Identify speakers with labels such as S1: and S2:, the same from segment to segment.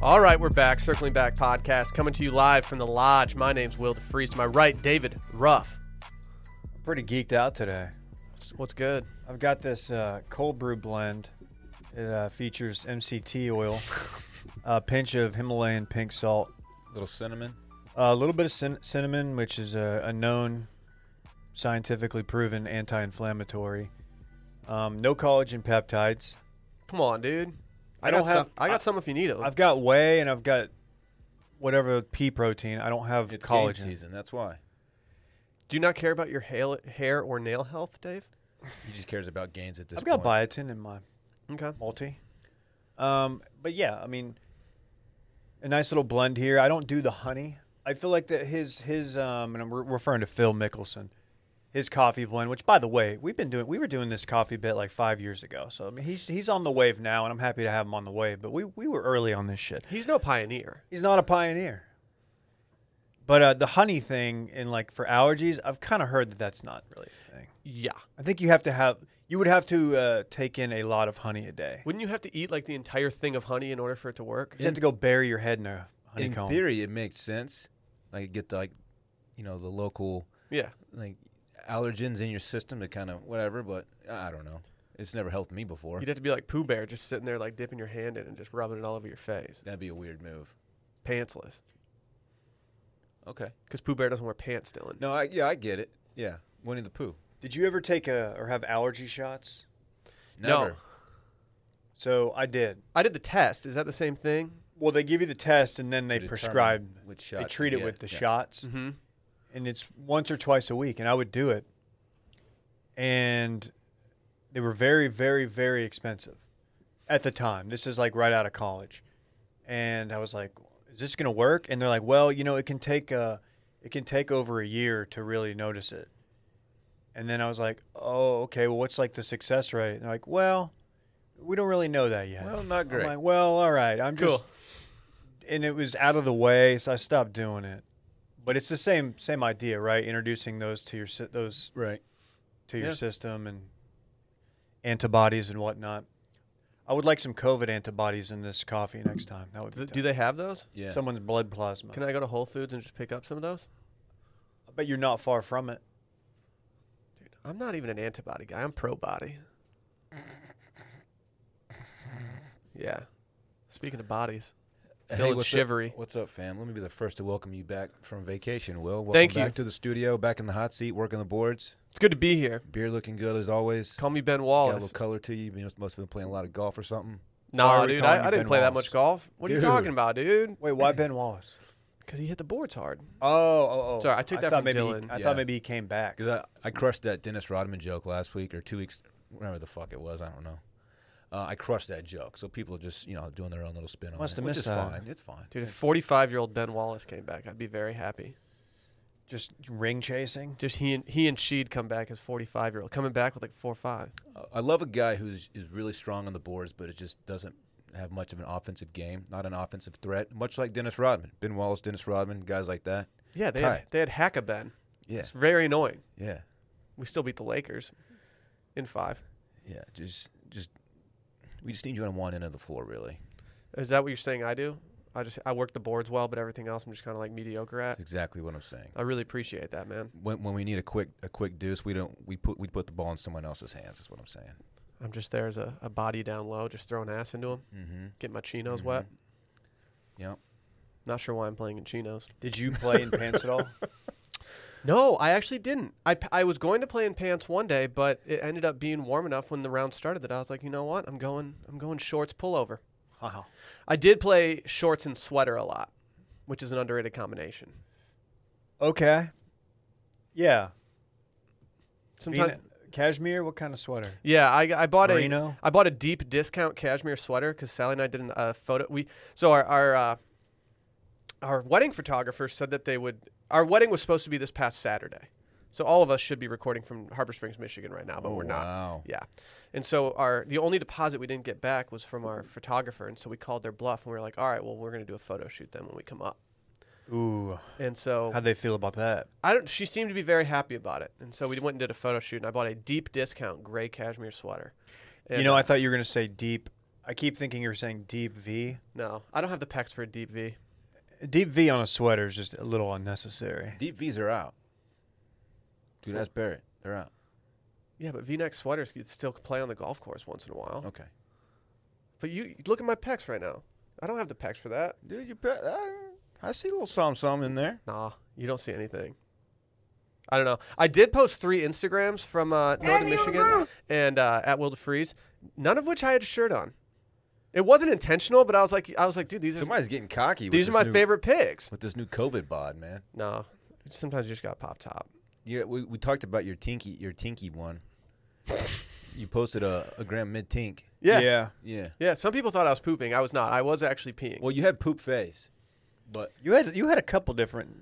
S1: All right, we're back. Circling Back podcast coming to you live from the lodge. My name's Will DeFreeze. To my right, David Ruff.
S2: Pretty geeked out today.
S1: What's- What's good?
S2: I've got this uh, cold brew blend. It uh, features MCT oil, a pinch of Himalayan pink salt,
S3: little cinnamon.
S2: a little bit of cin- cinnamon, which is a, a known, scientifically proven anti-inflammatory. Um, no collagen peptides.
S1: Come on, dude.
S2: I don't
S1: got
S2: have-
S1: Some, I got some if you need
S3: Oh.
S1: it.
S2: I've got whey and I've got whatever pea protein. I don't have
S3: It's college
S2: collagen.
S3: season. That's why
S1: Do you not care about your hail, hair or nail health, Dave?
S3: he just cares about gains at this
S2: I've got
S3: point.
S2: biotin in my
S1: Okay.
S2: multi. Um, but yeah, I mean, a nice little blend here. I don't do the honey. I feel like that his his um, and I'm re- referring to Phil Mickelson, his coffee blend. Which, by the way, we've been doing. We were doing this coffee bit like five years ago. So I mean, he's he's on the wave now, and I'm happy to have him on the wave. But we we were early on this shit.
S1: He's no pioneer.
S2: He's not a pioneer. But uh, the honey thing, and like for allergies, I've kind of heard that that's not really a thing.
S1: Yeah.
S2: I think you have to have you would have to uh, take in a lot of honey a day.
S1: Wouldn't you have to eat like the entire thing of honey in order for it to work?
S2: You have to go bury your head in a honeycomb.
S3: In theory, it makes sense. Like get the like, you know, the local
S1: Yeah.
S3: like allergens in your system to kind of whatever. But I don't know. It's never helped me before.
S1: You'd have to be like Pooh Bear, just sitting there like dipping your hand in and just rubbing it all over your face,
S3: That'd be a weird move.
S1: pantsless.
S3: Okay.
S1: Because Pooh Bear doesn't wear pants, Dylan.
S3: No, I yeah, I get it. Yeah, Winnie the Pooh.
S2: Did you ever take a or have allergy shots?
S3: Never.
S1: No.
S2: So I did.
S1: I did the test. Is that the same thing?
S2: Well, they give you the test and then they
S3: determine
S2: prescribe.
S3: which
S2: They
S3: shot to
S2: treat it
S3: get.
S2: with the
S3: Yeah.
S2: shots,
S1: Mm-hmm.
S2: and it's once or twice a week. And I would do it, and they were very, very, very expensive at the time. This is like right out of college, and I was like, "Is this going to work?" And they're like, "Well, you know, it can take a, it can take over a year to really notice it." And then I was like, "Oh, okay. Well, what's like the success rate?" And they're like, "Well, we don't really know that yet."
S3: Well, not great.
S2: I'm like, "Well, all right. I'm
S1: Cool.
S2: just," and it was out of the way, so I stopped doing it. But it's the same same idea, right? Introducing those to your sy- those
S3: Right.
S2: to your
S1: Yeah.
S2: system and antibodies and whatnot. I would like some COVID antibodies in this coffee next time. That would be
S1: Th- do they have those?
S3: Yeah.
S2: someone's blood plasma.
S1: Can I go to Whole Foods and just pick up some of those?
S2: I bet you're not far from it.
S1: Dude, I'm not even an antibody guy. I'm pro body. Yeah. Speaking of bodies, Dylan
S3: what's
S1: Shivery.
S3: Up? What's up, fam? Let me be the first to welcome you back from vacation, Will. Welcome
S1: Thank you.
S3: back to the studio, back in the hot seat, working the boards.
S1: it's good to be here.
S3: Beer looking good as always.
S1: Call me Ben
S3: Got a
S1: Wallace.
S3: little color to you. You must must have been playing a lot of golf or something.
S2: Why
S1: Nah,
S2: would he
S1: dude,
S2: call
S1: I,
S2: you
S1: I didn't
S2: Ben
S1: play that
S2: Wallace?
S1: much golf. What are you
S3: Dude.
S1: talking about, dude?
S2: Wait, why Ben Wallace?
S1: Because he hit the boards hard.
S2: Oh, oh, oh.
S1: Sorry, I took that
S2: thought
S1: from
S2: maybe he-
S1: Dylan.
S2: I
S3: Yeah.
S2: thought maybe he came back.
S3: Because I, I crushed that Dennis Rodman joke last week or two weeks, whatever the fuck it was. I don't know. Uh, I crushed that joke. So people are just, you know, doing their own little spin on
S2: Must
S3: it.
S2: have
S3: which
S2: missed
S3: is
S2: that.
S3: fine. It's fine.
S1: Dude, if 45 year old Ben Wallace came back, I'd be very happy.
S2: Just ring chasing.
S1: Just he and he and she'd come back as 45 year old, coming back with like four or five.
S3: Uh, I love a guy who's is really strong on the boards, but it just doesn't have much of an offensive game, not an offensive threat, much like Dennis Rodman. Ben Wallace, Dennis Rodman, guys like that.
S1: Yeah, they had,
S3: Tight.
S1: they had Hack a Ben.
S3: Yeah.
S1: It's very annoying.
S3: Yeah.
S1: We still beat the Lakers in five.
S3: Yeah. Just, just, we just need you on one end of the floor, really.
S1: Is that what you're saying? I do. I just I work the boards well, but everything else I'm just kind of like mediocre at.
S3: That's exactly what I'm saying.
S1: I really appreciate that, man.
S3: When, when we need a quick a quick deuce, we don't we put we put the ball in someone else's hands. Is what I'm saying.
S1: I'm just there as a, a body down low, just throwing ass into him,
S3: Mm-hmm.
S1: getting my chinos wet.
S3: Yep.
S1: Not sure why I'm playing in chinos.
S2: Did you play in pants at all?
S1: No, I actually didn't. I, p- I was going to play in pants one day, but it ended up being warm enough when the round started that I was like, you know what? I'm going I'm going shorts pullover.
S2: Wow.
S1: I did play shorts and sweater a lot, which is an underrated combination.
S2: Okay. Yeah.
S1: Sometimes
S2: Vena- cashmere. What kind of sweater?
S1: Yeah, I, I bought
S2: Merino?
S1: a I bought a deep discount cashmere sweater because Sally and I did a uh, photo. We so our our uh, our wedding photographer said that they would. Our wedding was supposed to be this past Saturday, so all of us should be recording from Harbor Springs, Michigan, right now, but
S3: Oh,
S1: we're not.
S3: Wow.
S1: Yeah, and so our the only deposit we didn't get back was from our photographer, and so we called their bluff, and we were like, all right, well, we're gonna do a photo shoot then when we come up,
S2: Ooh.
S1: and so
S2: How'd they feel about that?
S1: I don't. She seemed to be very happy about it, and so we went and did a photo shoot, and I bought a deep discount gray cashmere sweater.
S2: you know, I thought you were gonna say deep I keep thinking you're saying deep V.
S1: uh, No, I don't have the pecs for a deep V.
S2: Deep V on a sweater is just a little unnecessary.
S3: Deep V's are out. Dude,
S1: So-
S3: that's Barrett. They're out.
S1: Yeah, but V-neck sweaters could still play on the golf course once in a while.
S3: Okay.
S1: But you look at my pecs right now. I don't have the pecs for that.
S3: Dude, you bet. I, I see a little some some in there.
S1: Nah, you don't see anything. I don't know. I did post three Instagrams from uh, Northern Michigan and uh, at Will DeFreeze, none of which I had a shirt on. It wasn't intentional, but I was like, I was like, dude, these are
S3: Somebody's getting cocky. with
S1: these are
S3: this
S1: my
S3: new-
S1: favorite picks.
S3: With this new COVID bod, man.
S1: No, sometimes you just got pop top.
S3: Yeah, we, we talked about your tinky your tinky one. you posted a, a gram mid tink.
S1: Yeah. yeah,
S2: Yeah.
S3: Yeah.
S1: Some people thought I was pooping. I was not. I was actually peeing.
S3: Well, you had poop face, but
S2: You had you had a couple different.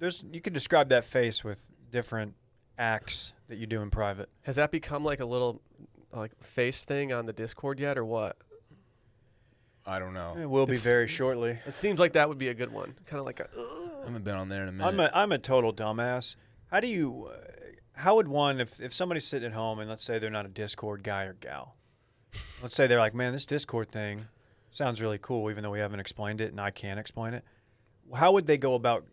S2: There's you can describe that face with different acts that you do in private.
S1: Has that become like a little like face thing on the Discord yet, or what?
S3: I don't know.
S2: It will be
S1: It's-
S2: very shortly.
S1: It seems like that would be a good one. Kind of like a.
S3: I haven't been on there in a minute.
S2: I'm a I'm a total dumbass. How do you? Uh, how would one if if somebody's sitting at home and let's say they're not a Discord guy or gal, let's say they're like, man, this Discord thing sounds really cool, even though we haven't explained it and I can't explain it. How would they go about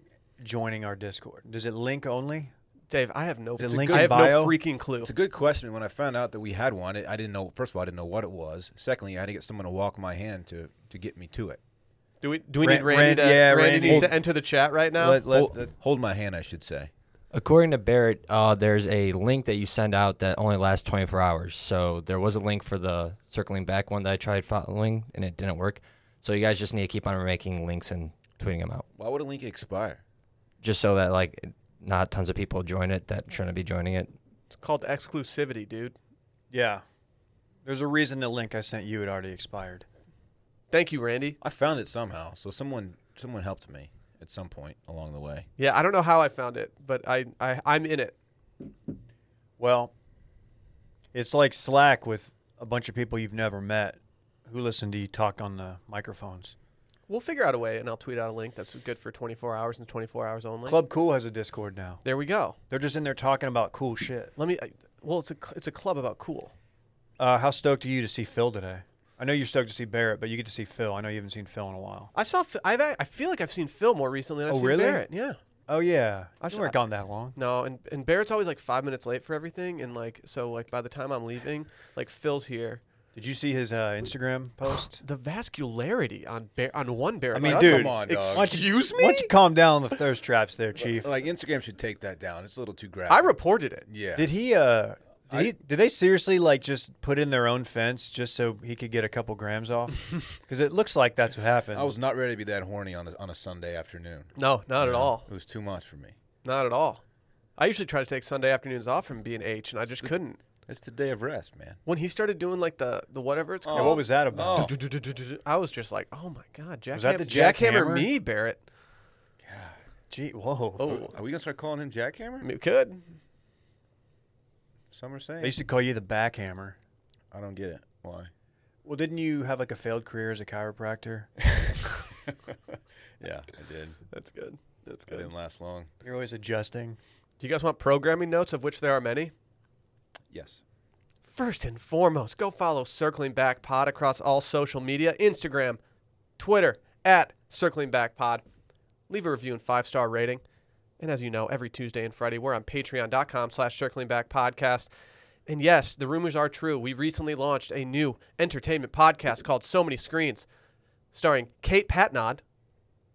S2: joining our Discord? Does it link only?
S1: Dave, I have no.
S2: Is it
S1: I
S2: linked in
S1: have no
S2: bio?
S1: freaking clue.
S3: It's a good question. When I found out that we had one, it, I didn't know. First of all, I didn't know what it was. Secondly, I had to get someone to walk my hand to to get me to it.
S1: Do we do we
S2: Ran-
S1: need Randy?
S2: Ran-
S1: to,
S2: yeah,
S1: Randy,
S2: Randy.
S1: needs to enter the chat right now.
S2: Let- let-
S3: hold,
S2: let-
S3: hold my hand, I should say.
S4: According to Barrett, uh, there's a link that you send out that only lasts 24 hours. So there was a link for the circling back one that I tried following, and it didn't work. So you guys just need to keep on making links and tweeting them out,
S3: Why would a link expire?
S4: just so that like not tons of people join it that shouldn't be joining it.
S1: it's called exclusivity, dude.
S2: Yeah. There's a reason the link I sent you had already expired.
S1: Thank you, Randy.
S3: I found it somehow. So someone someone helped me at some point along the way.
S1: Yeah, I don't know how I found it, but I, I I'm in it.
S2: Well, it's like Slack with a bunch of people you've never met who listen to you talk on the microphones.
S1: We'll figure out a way, and I'll tweet out a link that's good for 24 hours and 24 hours only.
S2: Club Cool has a Discord now.
S1: There we go.
S2: They're just in there talking about cool shit.
S1: Let me. I, well, it's a cl- it's a club about cool.
S2: Uh, how stoked are you to see Phil today? I know you're stoked to see Barrett, but you get to see Phil. I know you haven't seen Phil in a while.
S1: I saw. Ph- I've a- I feel like I've seen Phil more recently than I've
S2: Oh,
S1: seen
S2: really?
S1: Barrett. Yeah.
S2: Oh yeah, I
S1: saw-
S2: you weren't gone that long.
S1: No, and and Barrett's always like five minutes late for everything, and like so like by the time I'm leaving, like Phil's here.
S2: Did you see his uh, Instagram post?
S1: The vascularity on Bar- on one Oh, Barrett.
S2: I mean,
S1: like,
S2: dude,
S3: come on, dog.
S1: excuse
S2: Why
S1: me.
S2: don't you calm down on the thirst traps there, Chief?
S3: Like Instagram should take that down. It's a little too graphic.
S1: I reported it.
S3: yeah.
S2: Did he? Uh, did,
S3: I-
S2: he, did they seriously like just put in their own fence just so he could get a couple grams off? Because it looks like that's what happened.
S3: I was not ready to be that horny on a, on a Sunday afternoon.
S1: No, not at all.
S3: It was too much for me.
S1: Not at all. I usually try to take Sunday afternoons off from being H, and I just couldn't.
S3: It's the day of rest, man.
S1: When he started doing like the the whatever it's called,
S2: Yeah, what was that about?
S3: Oh.
S1: I was just like, oh my god, Jack
S2: Was that
S1: Ham-
S2: the Jack
S1: jackhammer
S2: Hammer?
S1: me, Barrett.
S2: Gee, whoa!
S1: Oh,
S3: Are we gonna start calling him Jackhammer?
S1: we could.
S3: Some are
S2: They
S3: saying.
S2: used to call you the backhammer.
S3: I don't get it. Why?
S2: Well, didn't you have like a failed career as a chiropractor?
S3: Yeah, I did.
S1: That's good. That's
S3: I
S1: good.
S3: didn't last long.
S2: You're always adjusting.
S1: Do you guys want programming notes, of which there are many?
S3: Yes.
S1: First and foremost, go follow Circling Back Pod across all social media Instagram, Twitter, at Circling Back Pod. Leave a review and five star rating. And as you know, every Tuesday and Friday, we're on patreon.com slash circling back podcast. And yes, the rumors are true. We recently launched a new entertainment podcast called So Many Screens, starring Kate Patnod.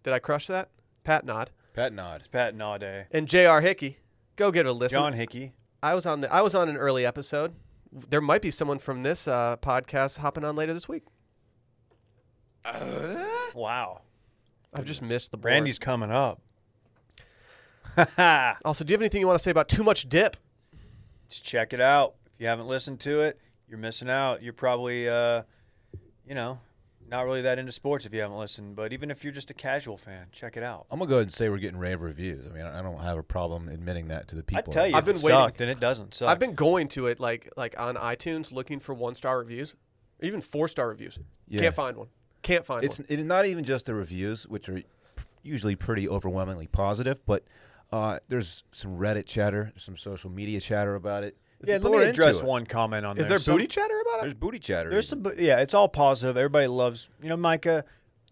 S1: Did I crush that? Patnod.
S3: Pat nod.
S2: It's Pat Naude.
S1: And J.R. Hickey. Go get a listen.
S2: John Hickey.
S1: I was on the I was on an early episode. There might be someone from this uh, podcast hopping on later this week.
S2: Wow.
S1: I've just missed the board.
S2: Randy's coming up.
S1: Also, do you have anything you want to say about too much dip?
S2: Just check it out. If you haven't listened to it, you're missing out. You're probably, uh, you know, not really that into sports if you haven't listened. But even if you're just a casual fan, check it out.
S3: I'm gonna go ahead and say we're getting rave reviews. I mean, I don't have a problem admitting that to the people.
S2: I tell you,
S1: I've been
S2: if it
S1: waiting-
S2: sucked and it doesn't suck.
S1: I've been going to it like like on iTunes looking for one star reviews, even four star reviews.
S3: Yeah.
S1: Can't find one. Can't find
S3: it's
S1: one.
S3: it, not even just the reviews, which are usually pretty overwhelmingly positive, but uh, there's some Reddit chatter, some social media chatter about it. If
S2: yeah,
S3: people
S2: let me
S3: are into
S2: address
S3: it, uh,
S2: one comment on
S1: Is
S2: there
S1: there
S2: Some-
S1: booty chatter about
S3: There's
S1: it?
S3: booty chatter.
S2: There's some, yeah, it's all positive. Everybody loves, you know, Micah.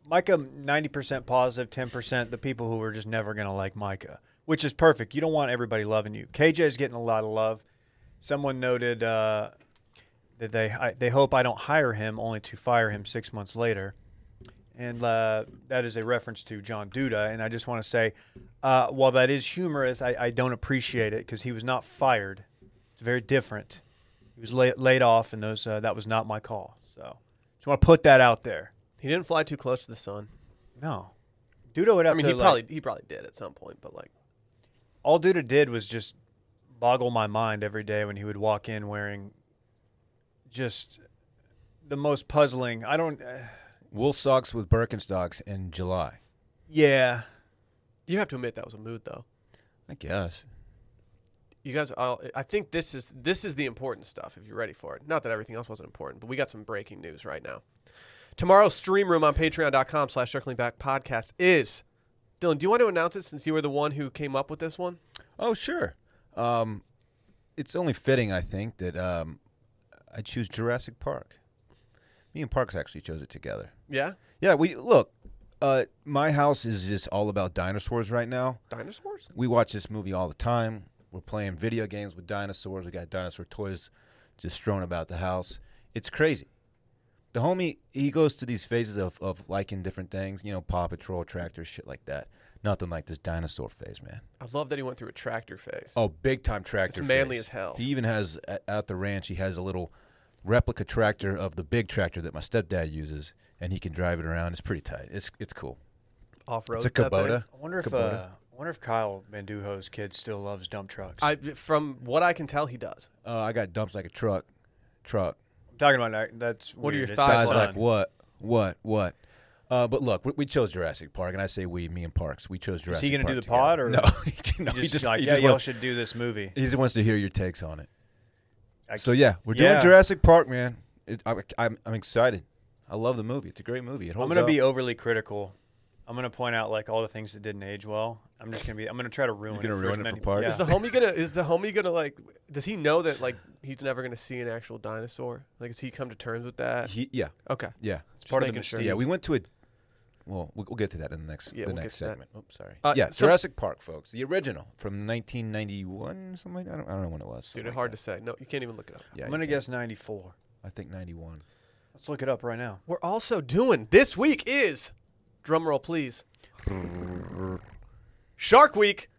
S2: Micah, ninety percent positive, ten percent the people who are just never gonna like Micah, which is perfect. You don't want everybody loving you. KJ's getting a lot of love. Someone noted uh, that they I, they hope I don't hire him, only to fire him six months later, and uh, that is a reference to John Duda. And I just want to say, uh, while that is humorous, I, I don't appreciate it because he was not fired. It's very different. He was la- laid off, and those uh, that was not my call. So just want to put that out there.
S1: He didn't fly too close to the sun.
S2: No, Duda would
S1: I
S2: have
S1: mean,
S2: to.
S1: he
S2: like-
S1: probably he probably did at some point, but like
S2: all Duda did was just boggle my mind every day when he would walk in wearing just the most puzzling. I don't. Uh,
S3: wool socks with Birkenstocks in July.
S2: yeah,
S1: you have to admit that was a mood though.
S3: I guess.
S1: You guys, all, I think this is this is the important stuff. If you're ready for it, not that everything else wasn't important, but we got some breaking news right now. Tomorrow's stream room on Patreon.com/slash Circling Back Podcast is Dylan. Do you want to announce it since you were the one who came up with this one?
S3: Oh, sure. Um, it's only fitting, I think, that um, I choose Jurassic Park. Me and Parks actually chose it together.
S1: Yeah,
S3: Yeah, we look. Uh, my house is just all about dinosaurs right now.
S1: dinosaurs.
S3: We watch this movie all the time. We're playing video games with dinosaurs. We got dinosaur toys just strewn about the house. It's crazy. The homie, he goes to these phases of, of liking different things, you know, Paw Patrol, tractor, shit like that. Nothing like this dinosaur phase, man.
S1: I love that he went through a tractor phase.
S3: Oh, big time tractor.
S1: It's manly
S3: phase.
S1: as hell.
S3: He even has at, at the ranch. He has a little replica tractor of the big tractor that my stepdad uses, and he can drive it around. It's pretty tight. It's it's cool.
S1: Off road.
S3: it's a Kubota.
S2: I wonder if
S3: Kubota.
S2: uh, I wonder if Kyle Manduho's kid still loves dump trucks. I,
S1: I, from what I can tell, he does.
S3: Uh, I got dumps like a truck. Truck.
S2: am talking about that, that's
S1: What are
S2: weird.
S1: your
S2: It's
S1: thoughts
S3: Guys
S2: his
S1: on-
S2: son.
S3: like what? What? What? Uh, but look, we, we chose Jurassic Park, and I say we, me and Parks, we chose Jurassic.
S2: he gonna
S3: Park
S2: do the
S3: together.
S2: pod, or-
S3: no? he, no,
S2: He
S3: he
S2: just,
S3: just-
S2: like,
S3: he
S2: yeah,
S3: just
S2: y'all
S3: wants-
S2: should do this movie.
S3: he just wants to hear your takes on it.
S2: I-
S3: so yeah, we're doing
S2: Yeah.
S3: Jurassic Park, man. It, I, I'm I'm excited. I love the movie. It's a great movie. It holds
S2: I'm gonna
S3: up.
S2: be overly critical. I'm gonna point out like all the things that didn't age well. I'm just gonna be. I'm gonna try to ruin.
S3: gonna
S2: it
S3: ruin
S2: for
S3: it
S2: many-
S3: for Parks?
S1: Is the homie gonna? Is the homie gonna like? Does he know that like he's never gonna see an actual dinosaur? Like, has he come to terms with that?
S3: He, yeah,
S1: okay,
S3: yeah.
S1: Just
S2: part of the
S1: making
S2: mystique.
S3: Yeah, we went to a. Well, we'll we'll get to that in the next
S1: Yeah,
S3: the
S1: we'll
S3: next
S1: get to that.
S3: segment. Oops, sorry.
S1: Uh,
S3: yeah,
S1: some-
S3: Jurassic Park, folks, the original from 1991, something like that. I don't, I don't know when it was.
S1: Dude, it's hard to say. No, you can't even look it up.
S3: Yeah,
S2: I'm
S3: you
S2: gonna
S3: can't.
S2: guess 94.
S3: I think 91.
S2: Let's look it up right now.
S1: We're also doing this week is drum roll, please. Shark Week,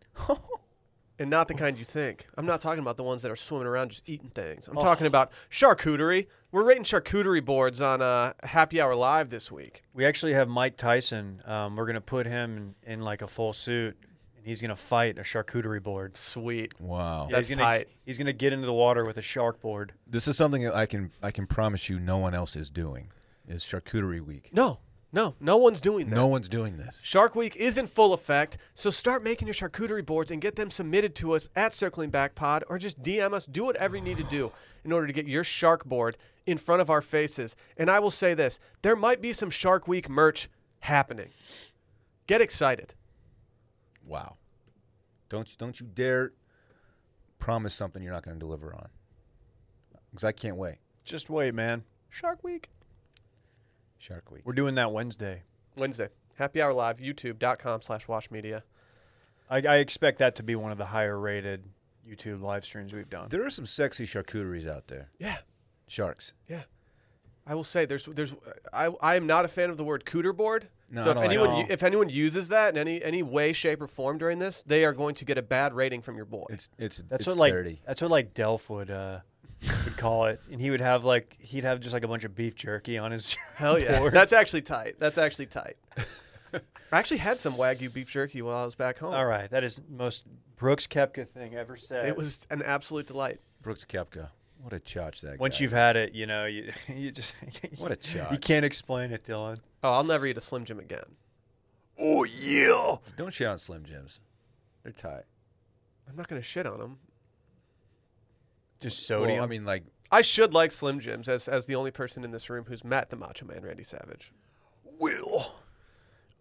S1: and not the kind you think. I'm not talking about the ones that are swimming around just eating things. I'm talking about charcuterie. We're rating charcuterie boards on uh, Happy Hour Live this week.
S2: We actually have Mike Tyson. Um, we're gonna put him in, in like a full suit, and he's gonna fight a charcuterie board.
S1: Sweet.
S3: Wow.
S1: That's
S2: he's gonna,
S1: tight.
S2: He's gonna get into the water with a shark board.
S3: This is something that I can I can promise you, no one else is doing. Is Charcuterie Week?
S1: No, no, no one's doing that.
S3: No one's doing this.
S1: Shark Week is in full effect, so start making your charcuterie boards and get them submitted to us at Circling Back Pod or just DM us. Do whatever you need to do in order to get your shark board in front of our faces. And I will say this there might be some Shark Week merch happening. Get excited.
S3: Wow. Don't you don't you dare promise something you're not going to deliver on. Because I can't wait.
S2: Just wait, man.
S1: Shark Week.
S3: Shark Week.
S2: We're doing that Wednesday.
S1: Wednesday. Happy Hour Live, youtube.com slash watch media.
S2: I, I expect that to be one of the higher rated YouTube live streams we've done.
S3: There are some sexy charcuteries out there.
S1: Yeah,
S3: Sharks.
S1: yeah. I will say there's there's I, I am not a fan of the word cooter board.
S3: No,
S1: so
S3: I
S1: if
S3: don't like
S1: anyone
S2: it.
S1: u- if anyone uses that in any any way, shape, or form during this, they are going to get a bad rating from your boy.
S3: It's it's
S2: That's
S3: it's
S2: what like
S3: dirty.
S2: that's what like Delph would uh, would call it, and he would have like he'd have just like a bunch of beef jerky on his
S1: Hell yeah,
S2: board.
S1: that's actually tight. That's actually tight. I actually had some wagyu beef jerky while I was back home.
S2: All right, that is most Brooks Kepka thing ever said.
S1: It was an absolute delight.
S3: Brooks Kepka. What a chotch that
S2: once
S3: guy
S2: you've
S3: is.
S2: had it, you know you you just
S3: What a
S2: you
S3: chotch.
S2: can't explain it, Dylan.
S1: Oh, I'll never eat a Slim Jim again.
S2: Oh yeah.
S3: Don't shit on Slim Jims. They're tight.
S1: I'm not gonna shit on them.
S2: Just
S3: Well,
S2: sodium.
S3: I mean, like,
S1: I should like Slim Jims as as the only person in this room who's met the Macho Man Randy Savage.
S2: Will.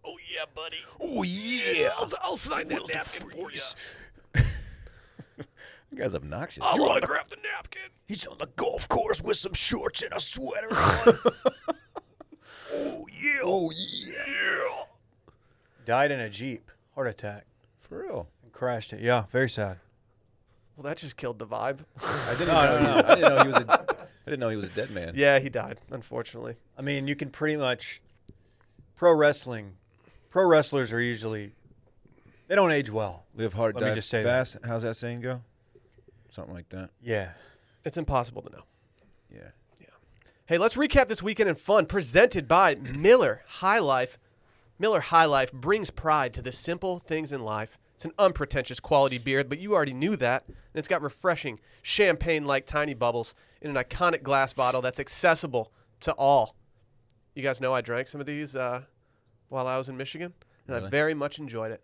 S5: Oh yeah, buddy.
S3: oh yeah,
S5: I'll, I'll sign that napkin for you.
S3: You guys obnoxious.
S5: I want to grab the napkin.
S3: He's on the golf course with some shorts and a sweater on. oh yeah. Oh yeah.
S2: Died in a Jeep, heart attack,
S3: For real.
S2: and crashed it. Yeah, very sad.
S1: Well, that just killed the vibe.
S3: I didn't know. he- I didn't know he was a. I didn't know he was a dead man.
S1: yeah, he died, unfortunately.
S2: I mean, you can pretty much pro wrestling. Pro wrestlers are usually they don't age well.
S3: Live hard,
S2: Let
S3: die
S2: me just say that.
S3: fast. How's that saying go? Something like that.
S2: Yeah.
S1: It's impossible to know.
S3: Yeah.
S1: Hey, let's recap this weekend in fun presented by Miller High Life. Miller High Life brings pride to the simple things in life. It's an unpretentious quality beer, but you already knew that. And it's got refreshing champagne like tiny bubbles in an iconic glass bottle that's accessible to all. You guys know I drank some of these uh, while I was in Michigan, and I
S3: Really?
S1: very much enjoyed it.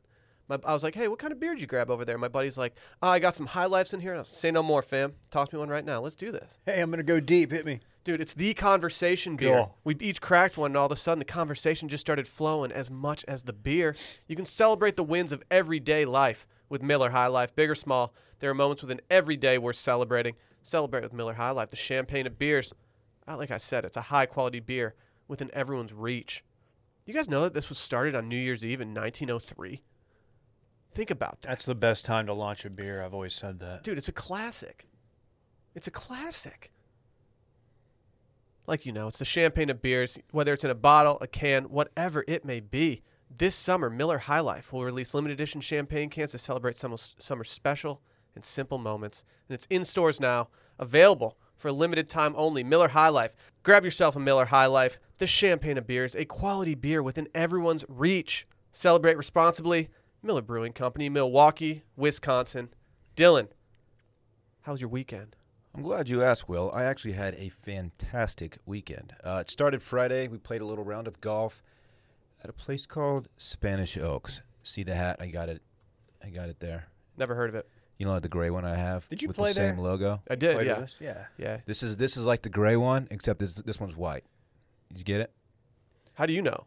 S1: My, I was like, hey, what kind of beer did you grab over there? My buddy's like, oh, I got some High Lifes in here. And I was, Say no more, fam. Toss me one right now. Let's do this.
S2: Hey, I'm gonna go deep. Hit me.
S1: Dude, it's the conversation beer.
S2: Cool.
S1: We each cracked one, and all of a sudden, the conversation just started flowing as much as the beer. You can celebrate the wins of everyday life with Miller High Life, big or small. There are moments within every day worth celebrating. Celebrate with Miller High Life, the champagne of beers. Uh, Like I said, it's a high quality beer within everyone's reach. You guys know that this was started on New Year's Eve in 1903? Think about that.
S2: That's the best time to launch a beer. I've always said that.
S1: Dude, it's a classic. It's a classic. Like you know, it's the champagne of beers, whether it's in a bottle, a can, whatever it may be. This summer, Miller High Life will release limited edition champagne cans to celebrate some summer special and simple moments. And it's in stores now, available for a limited time only. Miller High Life. Grab yourself a Miller High Life, the champagne of beers, a quality beer within everyone's reach. Celebrate responsibly. Miller Brewing Company, Milwaukee, Wisconsin. Dylan, how was your weekend?
S3: I'm glad you asked, Will. I actually had a fantastic weekend. Uh, it started Friday. We played a little round of golf at a place called Spanish Oaks. See the hat? I got it. I got it there.
S1: Never heard of it.
S3: You know the gray one I have.
S2: Did you
S3: with
S2: play
S3: the
S2: there?
S3: same logo?
S1: I did,
S2: Played
S1: yeah.
S2: with us? Yeah.
S1: Yeah.
S3: This is this is like the gray one, except this this one's white. Did you get it?
S1: How do you know?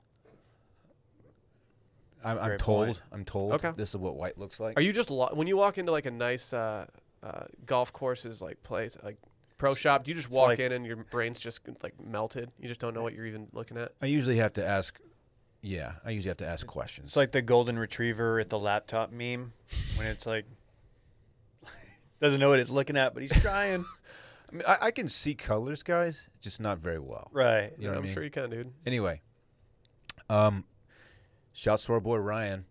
S3: I'm, I'm
S2: Great
S3: told.
S2: point.
S3: I'm told.
S1: Okay.
S3: This is what white looks like.
S1: Are you just lo- when you walk into like a nice uh, uh, golf courses like place like pro shop? Do you just
S2: it's
S1: walk
S2: like-
S1: in and your brain's just like melted? You just don't know what you're even looking at.
S3: I usually have to ask. Yeah, I usually have to ask questions.
S2: It's like the golden retriever at the laptop meme when it's like doesn't know what it's looking at, but he's trying.
S3: I, mean, I, I can see colors, guys, just not very well.
S2: right.
S3: You know what
S1: I'm
S3: I mean?
S1: sure you can, dude.
S3: Anyway, um, shouts to our boy Ryan.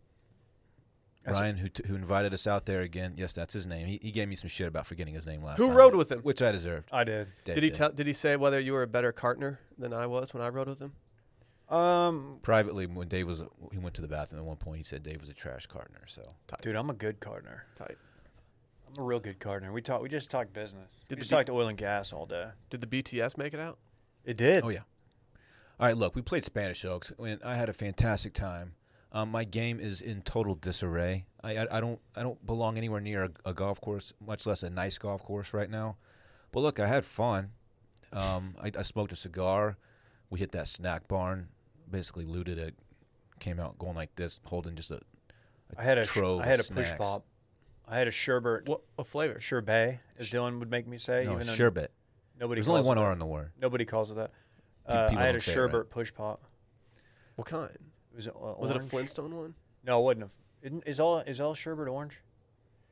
S2: That's-
S3: Ryan, who, t- who invited us out there again. Yes, that's his name. He, he gave me some shit about forgetting his name last
S1: Who
S3: time.
S1: rode with him?
S3: Which I deserved.
S2: I did.
S3: Dave
S1: Did he tell? Did he say whether you were a better partner than I was when I rode with him?
S2: Um,
S3: Privately, when Dave was, he went to the bathroom at one point, he said Dave was a trash gardener. So
S2: dude, I'm a good gardener.
S1: Tight.
S2: I'm a real good gardener. We talk. We just talked business.
S1: Did
S2: we just
S1: the-
S2: talked oil and gas all day.
S1: Did the BTS make it out?
S2: It did.
S3: Oh yeah. All right, look, we played Spanish Oaks, and I had a fantastic time. Um, my game is in total disarray. I, I, I don't I don't belong anywhere near a, a golf course, much less a nice golf course right now. But look, I had fun. Um, I, I smoked a cigar. We hit that snack barn, basically looted it. Came out going like this, holding just a. a
S2: I had a sh-
S3: trove
S2: I had a
S3: of snacks.
S2: push pop. I had a sherbet.
S1: What a flavor!
S2: Sherbet, as Dylan would make me say.
S3: No,
S2: eh, even though
S3: sherbet.
S2: Nobody.
S3: There's only
S2: calls
S3: one
S2: it
S3: R
S2: that.
S3: in the word.
S2: Nobody calls it that. Uh,
S3: people
S2: I had
S3: don't
S2: a
S3: say it
S2: sherbet
S3: right.
S2: push pop.
S1: What kind?
S2: It was, uh,
S1: Was it a
S2: orange.
S1: Flintstone one?
S2: No, it wasn't. A, isn't, is all is all sherbet orange?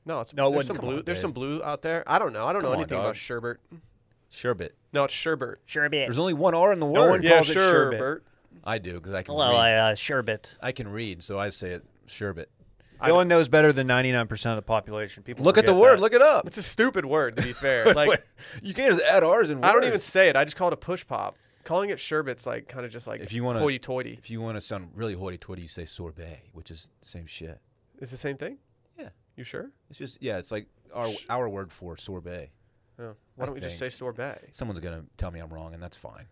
S1: No, it's
S2: No, it
S1: there's
S2: wasn't.
S1: some
S2: Come
S1: blue.
S3: on,
S1: there's
S3: Dave.
S1: some blue out there. I don't know. I don't know
S3: Come on,
S1: anything
S3: dog.
S1: about sherbet.
S3: Sherbet.
S1: No, it's sherbet.
S2: Sherbet.
S3: There's only one R in the
S2: No one
S3: word.
S2: calls it sherbet.
S1: sherbet.
S3: I do because I can.
S6: Hello,
S3: read.
S6: I, uh, sherbet.
S3: I can read, so I say it sherbet.
S1: I-
S2: Dylan knows better than 99% of the population. People
S3: Look at the
S2: forget
S3: word.
S2: that.
S3: Look it up.
S1: It's a stupid word, to be fair. Like
S3: you can't just add R's and
S1: I don't even say it. I just call it a push pop. Calling it sherbet's like kind of just like
S3: If you wanna-
S1: hoity-toity.
S3: If you want to sound really hoity-toity, you say sorbet, which is same shit.
S1: It's the same thing.
S3: Yeah.
S1: You sure?
S3: It's just yeah, it's like our our word for sorbet.
S1: Oh. Why
S3: I
S1: don't we just say
S3: think.
S1: sorbet?
S3: Someone's gonna tell me I'm wrong, and that's fine.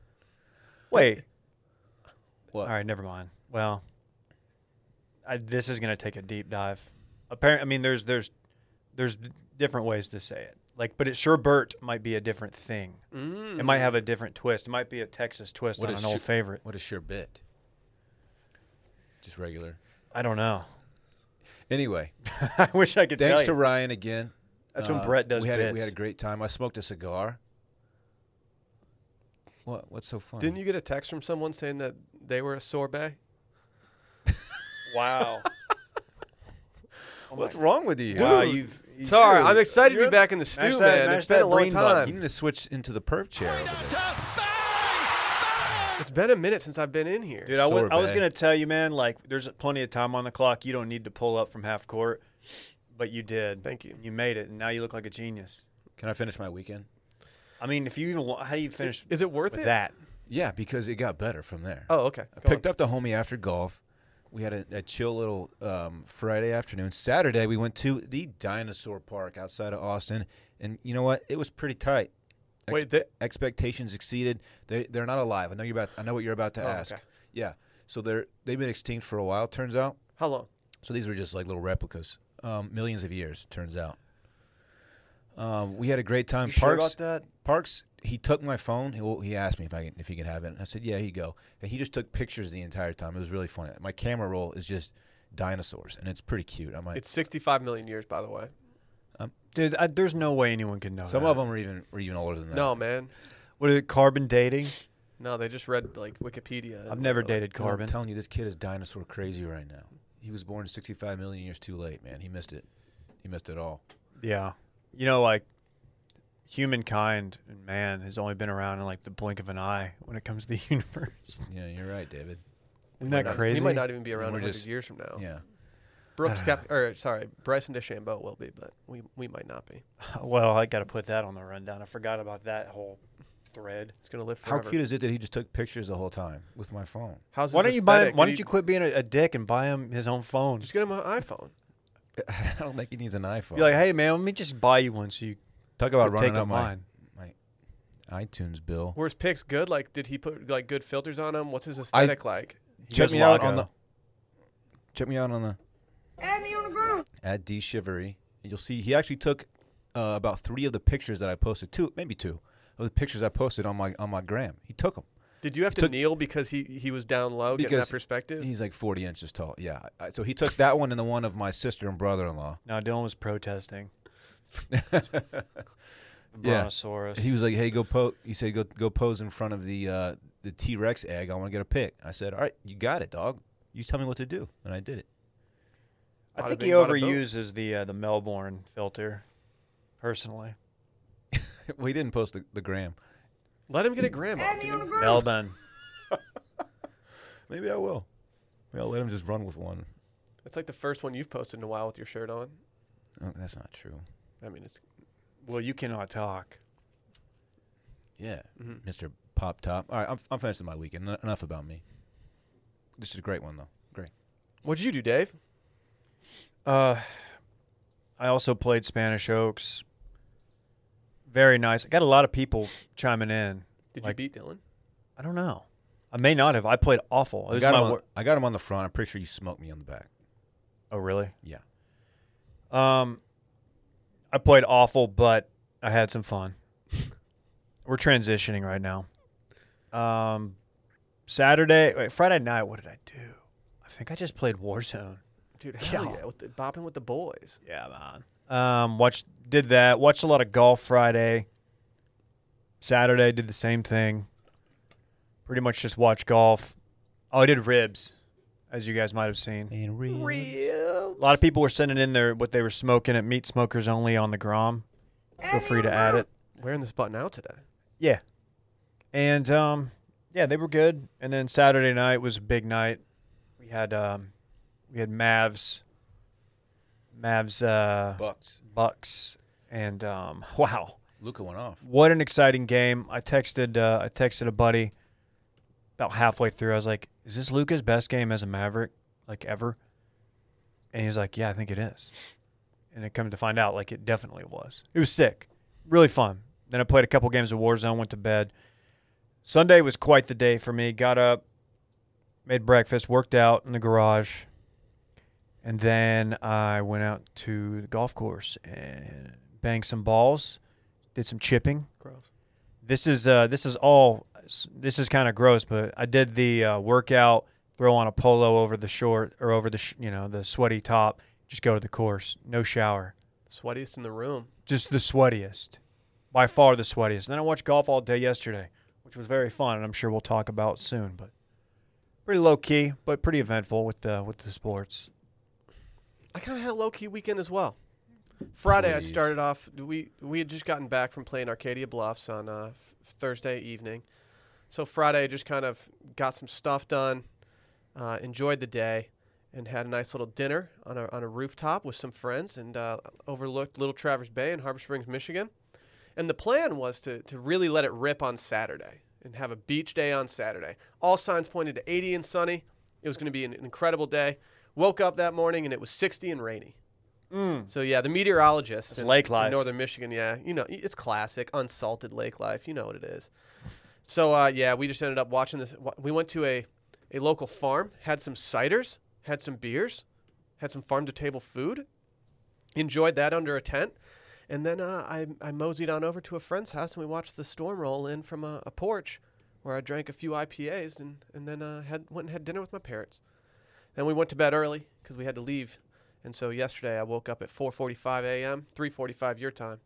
S2: Wait.
S3: What?
S2: All right, never mind. Well, I, this is going to take a deep dive. Apparently, I mean, there's there's there's different ways to say it. Like, but it sherbet might be a different thing.
S1: Mm.
S2: It
S1: Mm-hmm.
S2: might have a different twist. It might be a Texas twist
S3: What
S2: on
S3: is
S2: an old
S3: sh-
S2: favorite.
S3: What is sherbet? Just regular.
S2: I don't know.
S3: Anyway,
S2: I wish I could
S3: thanks
S2: tell
S3: to
S2: you.
S3: Ryan again. Uh,
S2: That's when Brett does
S3: we had, a- We
S2: bits.
S3: had a great time. I smoked a cigar. What? What's so funny?
S1: Didn't you get a text from someone saying that they were a sorbet?
S2: Wow.
S3: What's wrong with you?
S2: wow,
S3: Dude,
S2: you've. you
S1: Sorry,
S2: should.
S1: I'm excited to
S2: You're
S1: be back in the stew,
S2: that-
S1: man.
S2: mash
S1: it's been
S2: that
S1: a long
S2: brain button.
S1: time.
S3: You need to switch into the perp chair. over there.
S1: It's been a minute since I've been in here.
S2: Dude, I was, I was
S3: Sorbet.
S2: gonna tell you, man. Like, there's plenty of time on the clock. You don't need to pull up from half court, but you did.
S1: Thank you.
S2: You made it, and now you look like a genius.
S3: Can I finish my weekend?
S2: I mean, if you even wa- how do you finish
S1: Is it worth
S2: with
S1: it?
S2: that?
S3: Yeah, because it got better from there.
S1: Oh, okay.
S3: I picked up the homie after golf. We had a, a chill little um, Friday afternoon. Saturday, we went to the dinosaur park outside of Austin, and you know what? It was pretty tight. Ex-
S1: Wait, they-
S3: expectations exceeded. They they're not alive. I know you're about. I know what you're about to
S1: Oh,
S3: ask.
S1: okay.
S3: Yeah. So they're they've been extinct for a while. Turns out.
S1: How long?
S3: So these were just like little replicas. Um, millions of years. Turns out. Um, we had a great time.
S2: You sure
S3: Parks-
S2: about that?
S3: Parks, he took my phone. He, well, he asked me if I can, if he could have it. And I said, yeah, here you go. And he just took pictures the entire time. It was really funny. My camera roll is just dinosaurs, and it's pretty cute. I might.
S1: It's 65 million years, by the way.
S2: Dude, I, there's no way anyone can know.
S3: some
S2: that.
S3: of them are even were even older than that.
S1: No, man.
S2: What is it? Carbon dating?
S1: No, they just read like Wikipedia.
S2: I've
S1: and
S2: never
S1: whatnot.
S2: dated
S3: Dude, I'm
S2: carbon.
S3: telling you, this kid is dinosaur crazy right now. He was born 65 million years too late, man. He missed it. He missed it all.
S2: Yeah. You know, like humankind and man has only been around in like the blink of an eye when it comes to the universe.
S3: Yeah, you're right, David.
S2: Isn't
S1: We're
S2: that
S1: not-
S2: crazy?
S1: We might not even be around
S3: We're
S1: 100
S3: just-
S1: years from now.
S3: Yeah.
S2: Uh,
S1: Brooks Cap, or sorry, Bryson DeChambeau will be, but we we might not be.
S2: Well, I got to put that on the rundown. I forgot about that whole thread.
S1: It's gonna live
S3: How
S1: forever.
S3: cute is it that he just took pictures the whole time with my phone?
S1: How's
S2: Why
S1: his
S2: don't you buy?
S1: aesthetic?
S2: Him, why
S1: Did
S2: don't
S1: he-
S2: you quit being a, a dick and buy him his own phone?
S1: just get him an iPhone?
S3: I don't think he needs an iPhone.
S2: Be like, hey man, let me just buy you one so you
S3: Talk about
S2: could
S3: running
S2: take
S3: up
S2: up
S3: my
S2: mine.
S3: iTunes bill.
S1: Were his pics good? Like, did he put like good filters on them? What's his aesthetic like?
S2: He
S3: check
S2: does
S3: me out on
S2: Lago.
S3: the check me out on the at d shivery you'll see he actually took uh, about three of the pictures that i posted two maybe two of the pictures i posted on my on my gram he took them
S1: Did you have to
S3: took-
S1: kneel because he he was down low, getting
S3: Because
S1: that perspective?
S3: he's like 40 inches tall yeah I, so he took that one and the one of my sister and brother-in-law
S2: No, Dylan was protesting.
S3: Yeah.
S2: Brontosaurus.
S3: he was like hey go po he said go go pose in front of the uh the t-rex egg i want to get a pic i said all right you got it dog you tell me what to do and i did it
S2: I
S1: Bada
S2: think
S1: bing,
S2: he
S1: bada boom.
S2: overuses the uh, the Melbourne filter. Personally,
S3: well he didn't post the, the gram
S1: Let him get a grandma, dude.
S2: Melbourne.
S3: maybe i will maybe i'll let him just run with one
S1: That's like the first one you've posted in a while with your shirt on.
S3: Oh, that's not true.
S1: I mean, it's
S2: Well, you cannot talk.
S3: Yeah,
S1: mm-hmm.
S3: Mr. Pop Top. All right, I'm, I'm finished with my weekend. En- Enough about me. This is a great one though. Great.
S1: what'd you do, Dave?
S2: Uh, I also played Spanish Oaks. Very nice. I got a lot of people chiming in.
S1: Did
S2: Like-
S1: you beat Dylan?
S2: I don't know. I may not have. I played awful. It
S3: I
S2: was
S3: got,
S2: my
S3: him on,
S2: wor-
S3: I got him on the front. I'm pretty sure you smoked me on the back.
S2: oh, really?
S3: Yeah.
S2: Um, I played awful, but I had some fun. We're transitioning right now. Um, Saturday, wait, Friday night. What did I do? I think I just played Warzone.
S1: Dude, hell
S2: Yeah.
S1: yeah, with the, bopping with the boys.
S2: Yeah, man. Um, watched did that. Watched a lot of golf Friday. Saturday did the same thing. Pretty much just watch golf. Oh, I did ribs, as you guys might have seen.
S3: And real.
S1: Real.
S2: A lot of people were sending in their what they were smoking at Meat Smokers Only on the Grom. Feel free to add it.
S1: Wearing this button out today.
S2: Yeah. And um yeah, they were good. And then Saturday night was a big night. We had um we had Mavs Mavs uh
S3: Bucks.
S2: Bucks and um wow.
S3: Luca went off.
S2: What an exciting game. I texted uh I texted a buddy about halfway through. I was like, "Is this Luca's best game as a Maverick like ever?" And he's like, "Yeah, I think it is." And it come to find out like it definitely was. It was sick. Really fun. Then I played a couple games of Warzone, went to bed. Sunday was quite the day for me. Got up, made breakfast, worked out in the garage, and then I went out to the golf course and banged some balls, did some chipping
S1: Gross.
S2: this is uh, this is all this is kind of gross, but I did the uh, workout, throw on a polo over the short or over the sh- you know the sweaty top, just go to the course, no shower.
S1: Sweatiest in the room.
S2: just the sweatiest, by far the sweatiest. And then I watched golf all day yesterday, which was very fun, and I'm sure we'll talk about soon. But pretty low key, but pretty eventful with the with the sports.
S1: I kind of had a low key weekend as well. Friday, I
S3: Please.
S1: started off. We we had just gotten back from playing Arcadia Bluffs on uh, f- Thursday evening, so Friday I just kind of got some stuff done, uh, enjoyed the day, and had a nice little dinner on a on a rooftop with some friends and uh, overlooked Little Traverse Bay in Harbor Springs, Michigan. And the plan was to to really let it rip on Saturday and have a beach day on Saturday. All signs pointed to 80 and sunny. It was going to be an incredible day. Woke up that morning and it was 60 and rainy. So yeah, the meteorologist.
S2: It's lake
S1: in
S2: life.
S1: Northern Michigan. Yeah, you know it's classic unsalted lake life. You know what it is. So uh, yeah, we just ended up watching this. wa- We went to a a local farm, had some ciders, had some beers, had some farm to table food, enjoyed that under a tent, and then uh, I I moseyed on over to a friend's house and we watched the storm roll in from a, a porch, where I drank a few IPAs and and then uh, had went and had dinner with my parents. Then we went to bed early because we had to leave and so yesterday I woke up at 4:45 a.m., 3:45 your time,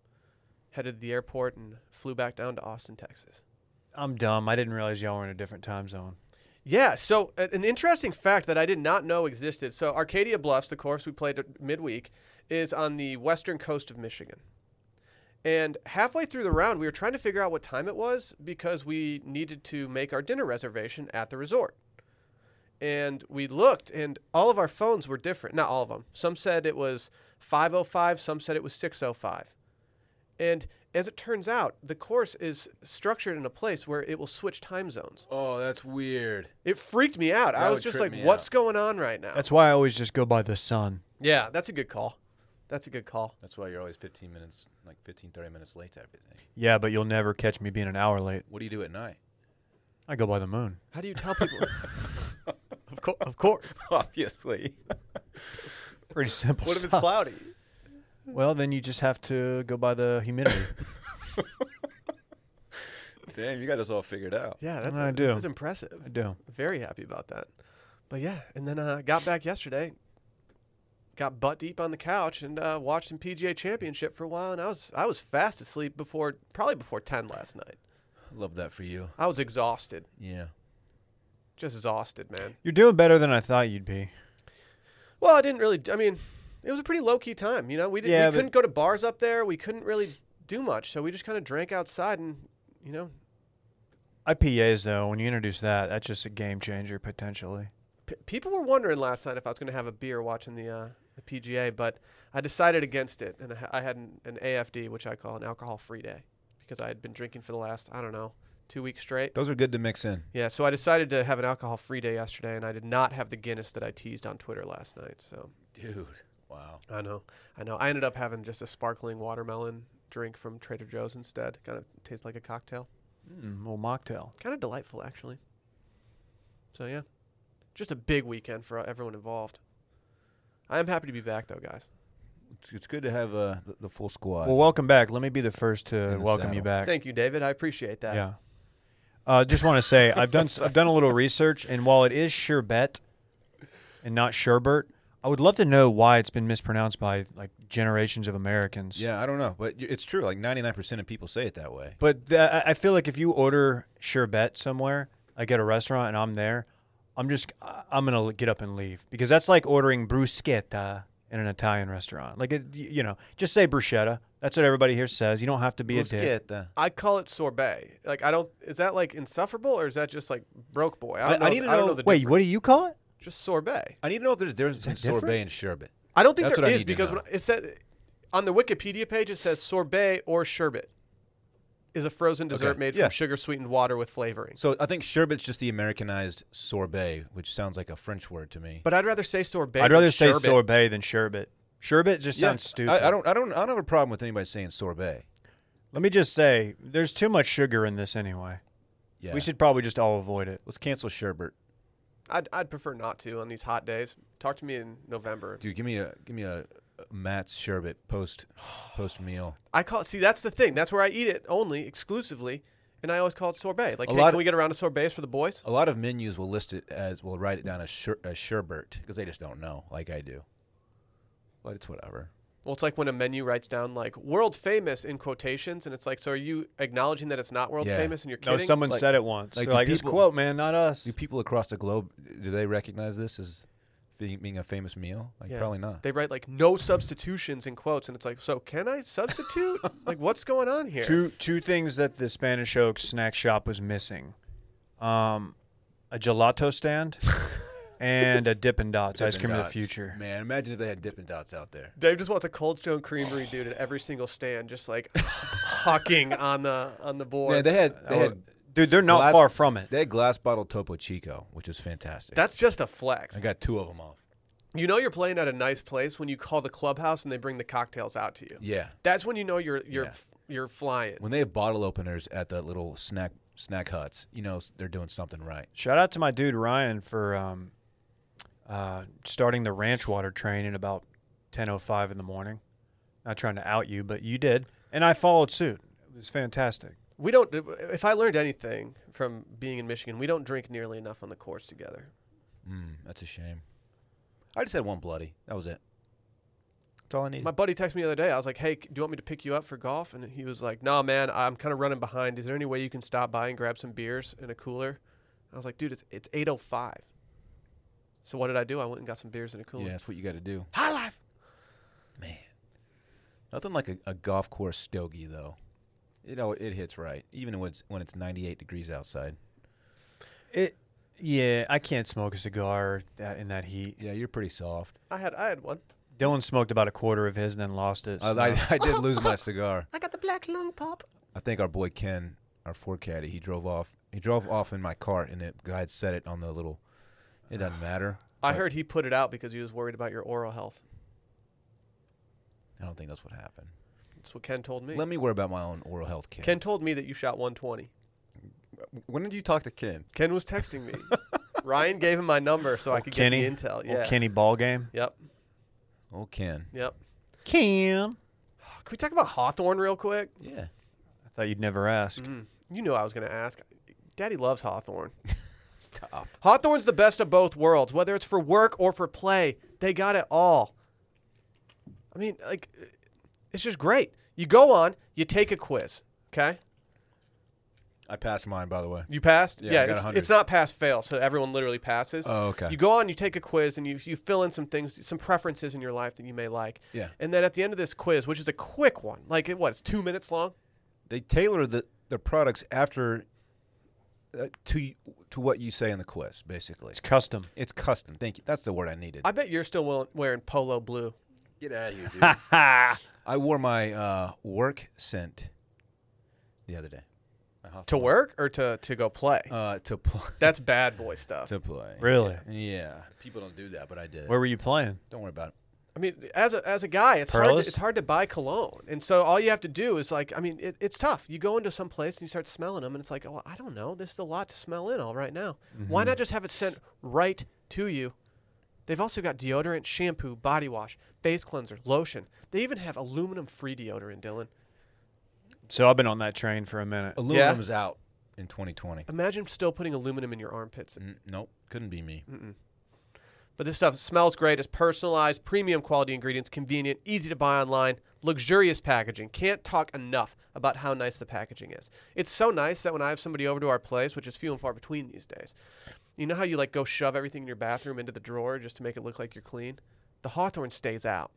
S1: headed to the airport and flew back down to Austin, Texas.
S2: I'm dumb. I didn't realize y'all were in a different time zone.
S1: Yeah, so a- an interesting fact that I did not know existed. So Arcadia Bluffs, the course we played at midweek, is on the western coast of Michigan. And halfway through the round, we were trying to figure out what time it was because we needed to make our dinner reservation at the resort. And we looked, and all of our phones were different. Not all of them. Some said it was 5:05. Some said it was 6:05. And as it turns out, the course is structured in a place where it will switch time zones.
S3: Oh, that's weird.
S1: It freaked me out. I
S3: That
S1: was
S3: would
S1: just
S3: trip
S1: like,
S3: me
S1: "What's
S3: out.
S1: going on right now?"
S2: That's why I always just go by the sun.
S1: yeah, that's a good call. That's a good call.
S3: That's why you're always 15 minutes, like 15, 30 minutes late to everything.
S2: Yeah, but you'll never catch me being an hour late.
S3: What do you do at night?
S2: I go by the moon.
S1: How do you tell people? of, course, of course.
S3: Obviously.
S2: Pretty simple.
S1: What if it's
S2: stuff.
S1: cloudy?
S2: Well, then you just have to go by the humidity.
S3: Damn, you got us all figured out.
S1: Yeah, that's
S2: I
S1: this
S2: do.
S1: is impressive.
S2: I do.
S1: Very happy about that. But yeah, and then uh, got back yesterday, got butt deep on the couch and uh, watched some PGA Championship for a while, and I was I was fast asleep before probably before ten last night.
S3: Love that for you.
S1: I was exhausted,
S3: Yeah.
S1: just exhausted, man.
S2: You're doing better than I thought you'd be.
S1: Well, I didn't really. I mean, it was a pretty low key time. You know, we didn't.
S2: Yeah,
S1: we
S2: but-
S1: couldn't go to bars up there. We couldn't really do much. So we just kind of drank outside, and you know,
S2: IPAs though, when you introduce that, that's just a game changer potentially.
S1: p- people were wondering last night if I was going to have a beer watching the uh, the PGA, but I decided against it, and I, ha- I had an, an AFD, which I call an alcohol free day, because I had been drinking for the last I don't know two weeks straight.
S3: Those are good to mix in.
S1: Yeah, so I decided to have an alcohol free day yesterday, and I did not have the Guinness that I teased on Twitter last night. So
S3: Dude. Wow.
S1: I know, I know. I ended up having just a sparkling watermelon drink from Trader Joe's instead. Kind of tastes like a cocktail.
S2: Mm, little mocktail.
S1: Kind of delightful, actually. So yeah, just a big weekend for everyone involved. I am happy to be back though, guys.
S3: It's, it's good to have uh, the, the full squad.
S2: Well, welcome back. Let me be the first to
S3: In the
S2: welcome you
S3: saddle.
S2: back.
S1: Thank you, David. I appreciate that.
S2: yeah. Uh, just want to say I've done s- I've done a little research, and while it is sherbet and not sherbert, I would love to know why it's been mispronounced by like generations of Americans.
S3: yeah, I don't know, but y- it's true. Like 99% of people say it that way.
S2: But th- I I feel like if you order sherbet somewhere, like at a restaurant, and I'm there, I'm just I- I'm gonna get up and leave because that's like ordering bruschetta in an Italian restaurant. Like it, y- you know, just say bruschetta. That's what everybody here says. You don't have to be a dick.
S3: Bruschetta.
S1: I call it sorbet. Like I don't. Is that like insufferable or is that just like broke boy? I,
S3: I-
S1: don't know,
S3: I need to
S1: I don't
S3: know-
S1: know the
S2: Wait,
S1: difference.
S2: what do you call it?
S1: Just sorbet.
S3: I need to know if there's a difference between
S2: that
S3: sorbet
S2: different?
S3: and sherbet.
S1: I don't think
S3: That's
S1: there
S3: what I
S1: is
S3: need to
S1: because
S3: know.
S1: when I- it said on the Wikipedia page it says sorbet or sherbet is a frozen dessert
S3: Okay,
S1: made
S3: yeah.
S1: from sugar sweetened water with flavorings.
S3: So I think sherbet's just the Americanized sorbet, which sounds like a French word to me.
S1: But I'd rather say sorbet.
S2: I'd
S1: than
S2: rather say
S1: sherbet.
S2: sorbet than sherbet. Sherbet just
S3: Yeah,
S2: sounds stupid.
S3: I, I don't. I don't. I don't have a problem with anybody saying sorbet.
S2: Let me just say, there's too much sugar in this anyway.
S3: Yeah.
S2: We should probably just all avoid it.
S3: Let's cancel sherbet,
S1: I'd, I'd prefer not to on these hot days. Talk to me in November.
S3: dude. Give me a. Give me a. a Matt's sherbet post post meal.
S1: I call it, see that's the thing. That's where I eat it only exclusively, and I always call it sorbet. Like,
S3: A
S1: hey,
S3: lot
S1: can
S3: of-
S1: we get around to sorbets for the boys?
S3: A lot of menus will list it as will write it down as sher, as sherbet because they just don't know like I do. But it's whatever.
S1: Well, it's like when a menu writes down like "world famous" in quotations, and it's like, so are you acknowledging that it's not world
S3: Yeah.
S1: famous, and you're
S2: No,
S1: kidding?
S2: someone
S1: Like,
S2: said it once.
S3: like,
S2: Like,
S3: do
S2: like this
S3: people-
S2: quote, man, not us.
S3: Do people across the globe do they recognize this as fe- being a famous meal? Like
S1: Yeah.
S3: probably not.
S1: They write like "no substitutions" in quotes, and it's like, so can I substitute? like, what's going on here?
S2: Two two things that the Spanish Oaks snack shop was missing, um, a gelato stand, and a Dippin' Dots ice cream
S3: Dippin'
S2: of the
S3: Dots.
S2: future.
S3: Man, imagine if they had Dippin' Dots out there.
S1: Dave just wants a Cold Stone Creamery dude at every single stand, just like hawking on the on the board.
S3: Man, they had
S2: I
S3: they
S2: would-
S3: had
S2: dude, they're not
S3: glass-
S2: far from it.
S3: they had glass bottle Topo Chico, which is fantastic.
S1: That's just a flex.
S3: I got two of them off.
S1: You know you're playing at a nice place when you call the clubhouse and they bring the cocktails out to you.
S3: Yeah,
S1: That's when you know you're you're
S3: Yeah.
S1: you're flying.
S3: when they have bottle openers at the little snack snack huts, you know s- they're doing something right.
S2: Shout out to my dude Ryan for um, uh, starting the ranch water train at about 10:05 in the morning. Not trying to out you, but you did, and I followed suit. It was fantastic.
S1: We don't. If I learned anything from being in Michigan, we don't drink nearly enough on the course together.
S3: Mm, that's a shame. I just had one bloody. That was it. That's all I needed.
S1: My buddy texted me the other day. I was like, "Hey, c- do you want me to pick you up for golf?" And he was like, "Nah, man, I'm kind of running behind. Is there any way you can stop by and grab some beers and a cooler?" I was like, "Dude, it's it's 8:05." So what did I do? I went and got some beers and a cooler.
S3: yeah, that's what you got to do,
S1: High life.
S3: man. Nothing like a, a golf course stogie though. It al- it hits right, even when it's when it's 98 degrees outside.
S2: It, yeah, I can't smoke a cigar that in that heat.
S3: Yeah, you're pretty soft.
S1: I had I had one.
S2: Dylan smoked about a quarter of his and then lost it.
S3: I,
S2: so-
S3: I, I did lose my cigar.
S1: I got the black lung pop.
S3: I think our boy Ken, our four caddy, he drove off. He drove off in my cart, and it I had set it on the little. It doesn't matter.
S1: I
S3: But
S1: heard he put it out because he was worried about your oral health.
S3: I don't think that's what happened.
S1: That's what Ken told me.
S3: Let me worry about my own oral health, Ken.
S1: Ken told me that you shot 120.
S3: when did you talk to Ken?
S1: Ken was texting me. Ryan gave him my number so I
S2: Old
S1: could
S2: Kenny,
S1: get the intel.
S2: old
S1: Yeah.
S2: Kenny ball game.
S1: Yep.
S3: Oh, Ken.
S1: Yep.
S2: Ken.
S1: Can we talk about Hawthorne real quick?
S3: Yeah.
S2: I thought you'd never ask.
S1: Mm, you knew I was going to ask. Daddy loves Hawthorne.
S3: Stop.
S1: Hawthorne's the best of both worlds, whether it's for work or for play. They got it all. I mean, like, it's just great. You go on, you take a quiz, okay?
S3: I passed mine, by the way.
S1: You passed?
S3: Yeah, I got
S1: it's,
S3: 100.
S1: it's not pass fail, so everyone literally passes.
S3: Oh, okay.
S1: You go on, you take a quiz, and you, you fill in some things, some preferences in your life that you may like.
S3: Yeah.
S1: And then at the end of this quiz, which is a quick one, like it, what, it's two minutes long?
S3: They tailor the their products after uh, to to what you say in the quiz, basically.
S2: It's custom.
S3: It's custom. Thank you. That's the word I needed.
S1: I bet you're still will- wearing polo blue.
S3: Get out of here, dude.
S2: Ha!
S3: I wore my uh, work scent the other day. My
S1: To
S3: Hawthorne.
S1: work or to, to go play?
S3: Uh, to play.
S1: That's bad boy stuff.
S3: to play.
S2: Really?
S3: Yeah. People don't do that, but I did.
S2: Where were you playing?
S3: Don't worry about it.
S1: I mean, as a, as a guy, it's hard, to,
S2: Pearless?
S1: it's hard to buy cologne. And so all you have to do is like, I mean, it, it's tough. You go into some place and you start smelling them, and it's like, oh, I don't know. This is a lot to smell in all right now. Why not just have it sent right to you? They've also got deodorant, shampoo, body wash, face cleanser, lotion. They even have aluminum free deodorant, Dylan.
S2: So I've been on that train for a
S1: Oh
S2: minute.
S3: Aluminum's out in 2020.
S1: Imagine still putting aluminum in your armpits.
S3: N- nope. Couldn't be me.
S1: But this stuff smells great. It's personalized, premium quality ingredients, convenient, easy to buy online, luxurious packaging. Can't talk enough about how nice the packaging is. It's so nice that when I have somebody over to our place, which is few and far between these days, you know how you like go shove everything in your bathroom into the drawer just to make it look like you're clean? The Hawthorne stays out.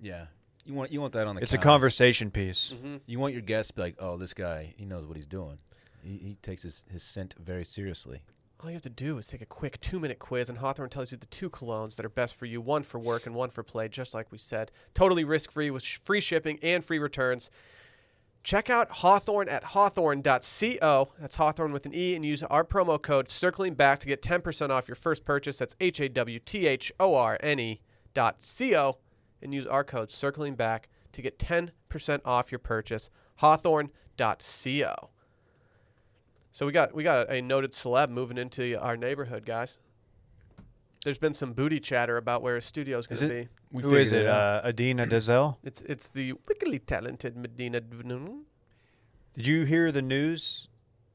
S3: Yeah. You want you want that on the
S2: It's a
S3: counter.
S2: conversation piece.
S1: Mm-hmm.
S3: You want your guests to be like, oh, this guy, he knows what he's doing. He, he takes his, his scent very seriously.
S1: All you have to do is take a quick two minute quiz, and Hawthorne tells you the two colognes that are best for you one for work and one for play, just like we said. Totally risk free with sh- free shipping and free returns. Check out Hawthorne at hawthorne.co. That's Hawthorne with an E, and use our promo code circling back to get 10% off your first purchase. That's H A W T H O R N E dot co, and use our code circling back to get 10% off your purchase. Hawthorne.co. So we got we got a noted celeb moving into our neighborhood, guys. There's been some booty chatter about where his studio's going
S2: Is
S1: to
S2: it-
S1: be.
S3: We
S2: Who is it? Uh, Adina Dazel?
S1: It's it's the wickedly talented Medina. Dvnum.
S2: Did you hear the news?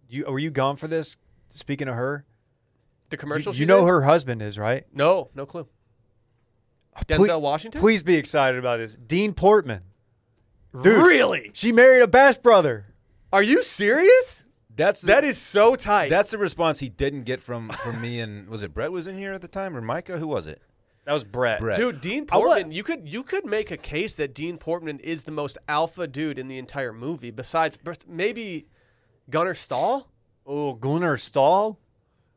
S2: You were you gone for this? Speaking of her,
S1: The
S2: you,
S1: commercial.
S2: you
S1: she's
S2: know
S1: in?
S2: her husband is right.
S1: No, no clue. Denzel
S2: Please-
S1: Washington?
S2: Please be excited about this. Dean Portman. Dude,
S1: Really?
S2: She married a Bass brother.
S1: Are you serious?
S3: That's
S1: That is so tight.
S3: that's the response he didn't get from from me and was it Brett was in here at the time or Micah? Who was it?
S2: That was Brett.
S3: Brett.
S1: Dude, Dean
S2: I wa-
S1: Portman, you could you could make a case that Dean Portman is the most alpha dude in the entire movie, besides bes- maybe Gunnar Stahl,
S2: Oh, Gunnar Stahl.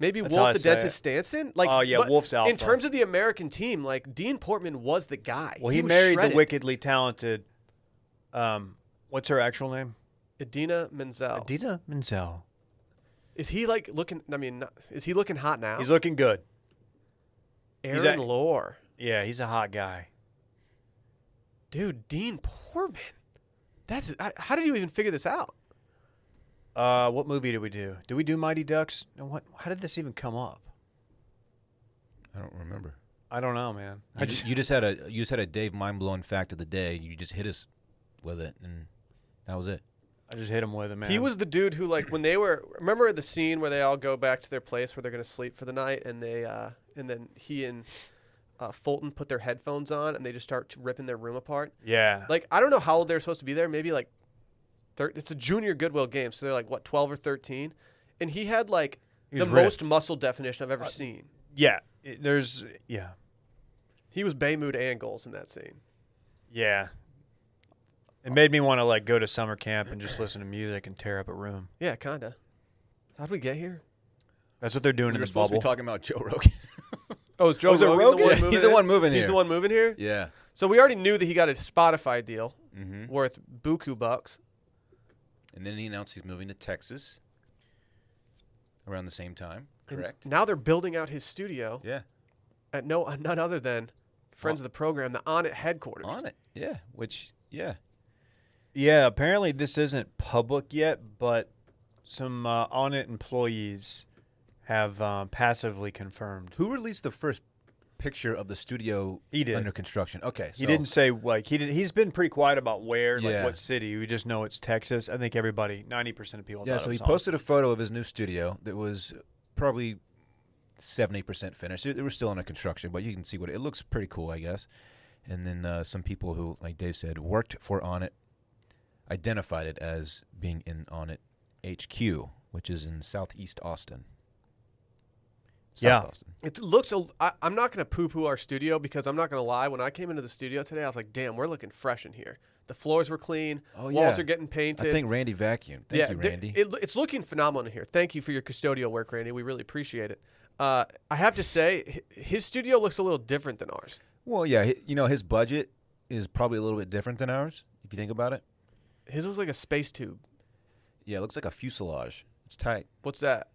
S1: maybe
S2: That's how I
S1: Wolf the
S2: say it.
S1: Dentist Stanson. Like,
S2: Oh, yeah,
S1: but
S2: Wolf's alpha.
S1: In terms of the American team, like Dean Portman was the guy.
S2: Well, he,
S1: was
S2: married
S1: shredded.
S2: the wickedly talented. Um, what's her actual name?
S1: Idina Menzel.
S2: Adita Menzel.
S1: is he like looking? I mean, not- is he looking hot now?
S2: He's looking good.
S1: Aaron
S2: he's a-
S1: Lore,
S2: Yeah, he's a hot guy.
S1: dude. Dean Portman. That's I, how did you even figure this out?
S2: Uh, what movie did we do? Did we do Mighty Ducks? No, what? How did this even come up?
S3: I don't remember.
S2: I don't know, man.
S3: You, just, you just had a you just had a Dave mind blowing fact of the day. You just hit us with it, and that was it.
S2: I just hit him with it, man.
S1: He was the dude who, like, when they were remember the scene where they all go back to their place where they're gonna sleep for the night, and they uh, and then he and uh, Fulton put their headphones on and they just start ripping their room apart.
S2: Yeah.
S1: Like, I don't know how old they're supposed to be there. Maybe like, thir- it's a junior Goodwill game, so they're like what twelve or thirteen, and he had like
S2: He
S1: the
S2: was
S1: most muscle definition I've ever seen.
S2: yeah. It- there's. Yeah.
S1: He was Baymood and goals in that scene.
S2: Yeah. It made me want to like go to summer camp and just listen to music and tear up a room.
S1: Yeah, kinda. How'd we get here?
S2: That's what they're doing in
S3: We were
S2: the
S3: supposed
S2: bubble.
S3: to be talking about Joe Rogan.
S1: Oh, is Joe
S3: Was it
S1: Rogan,
S3: Rogan?
S1: the one
S3: Yeah,
S1: moving
S3: he's the
S1: it?
S3: one moving
S1: He's
S3: here.
S1: the one moving here.
S3: yeah, Mm-hmm.
S1: So we already knew that he got a Spotify deal worth buku bucks.
S3: and then he announced he's moving to Texas around the same time.
S1: And
S3: Correct.
S1: Now they're building out his studio
S3: Yeah,
S1: at no uh, none other than friends of the program, the On It headquarters.
S3: on it. Yeah, which yeah,
S2: yeah. Apparently, this isn't public yet, but some uh, on it employees have um, passively confirmed.
S3: who released the first picture of the studio
S2: He did.
S3: under construction? Okay, so
S2: He didn't say like he did. He's been pretty quiet about where, like
S3: Yeah.
S2: what city. We just know it's Texas. I think everybody, ninety percent of people.
S3: Yeah,
S2: thought it
S3: so he
S2: was on it.
S3: posted a photo of his new studio that was probably seventy percent finished. It, it was still under construction, but you can see what it, it looks pretty cool, I guess. And then uh, some people who, like Dave said, worked for Onnit identified it as being in Onnit HQ, which is in Southeast Austin. South
S2: Yeah.
S3: Austin.
S1: It looks. a- I, am not going to poo-poo our studio because I'm not going to lie. When I came into the studio today, I was like, "Damn, we're looking fresh in here. The floors were clean.
S3: Oh,
S1: walls
S3: yeah.
S1: are getting painted.
S3: I think Randy vacuumed. Thank you,
S1: th-
S3: Randy.
S1: It, it's looking phenomenal in here. Thank you for your custodial work, Randy. We really appreciate it. Uh, I have to say, hi- his studio looks a little different than ours.
S3: well, yeah, hi- you know his budget is probably a little bit different than ours if you think about it.
S1: His looks like a space tube.
S3: Yeah, it looks like a fuselage. It's tight.
S1: What's that?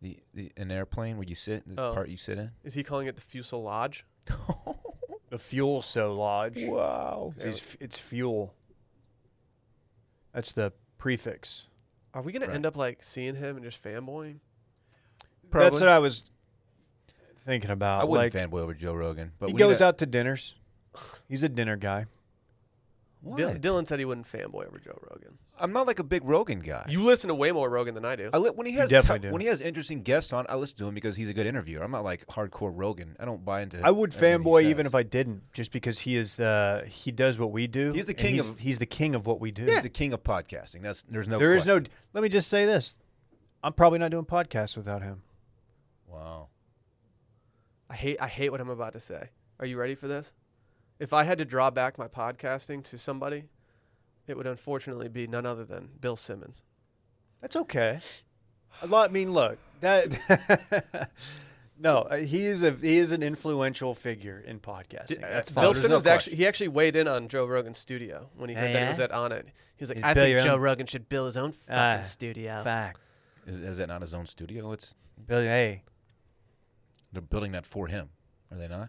S3: The, the an airplane where you sit, the
S1: Oh.
S3: part you sit in.
S1: Is he calling it the fuselage?
S2: the fuel so lodge.
S3: Wow.
S2: 'Cause he's f- it's fuel. That's the prefix.
S1: Are we gonna end up like seeing him and just fanboying?
S2: That's what I was thinking about.
S3: I wouldn't
S2: like,
S3: fanboy over Joe Rogan, but
S2: he
S3: we
S2: goes
S3: got-
S2: out to dinners. He's a dinner guy.
S3: What?
S1: Dylan, Dylan said he wouldn't fanboy over Joe Rogan.
S3: I'm not like a big Rogan guy.
S1: You listen to way more Rogan than I do.
S3: I li- when he has
S2: definitely
S3: ti-
S2: do.
S3: when he has interesting guests on, I listen to him because he's a good interviewer. I'm not like hardcore Rogan. I don't buy into.
S2: I would
S3: everything he
S2: fanboy even
S3: says.
S2: if I didn't, just because he is the he does what we do.
S3: He's the
S2: and
S3: king
S2: he's,
S3: of-
S2: he's the king of what we do.
S3: He's the king of podcasting. That's there's no.
S2: There is
S3: question.
S2: no. Let me just say this: I'm probably not doing podcasts without him.
S3: Wow.
S1: I hate I hate what I'm about to say. Are you ready for this? If I had to draw back my podcasting to somebody, it would unfortunately be none other than Bill Simmons.
S2: That's okay. A lot. I mean, look that. no, uh, he is a he is an influential figure in podcasting. That's fine.
S1: uh, Bill
S3: There's no
S1: Simmons actually
S3: question.
S1: he actually weighed in on Joe Rogan's studio when he heard
S2: Yeah,
S1: that
S2: yeah?
S1: it was at on it. He was like,
S2: He'd
S1: I
S2: build your
S1: think Joe
S2: own-
S1: Rogan should build his own fucking
S2: Ah,
S1: studio.
S2: fact.
S3: Is, is that not his own studio? It's
S2: Bill, hey,
S3: they're building that for him. Are they not?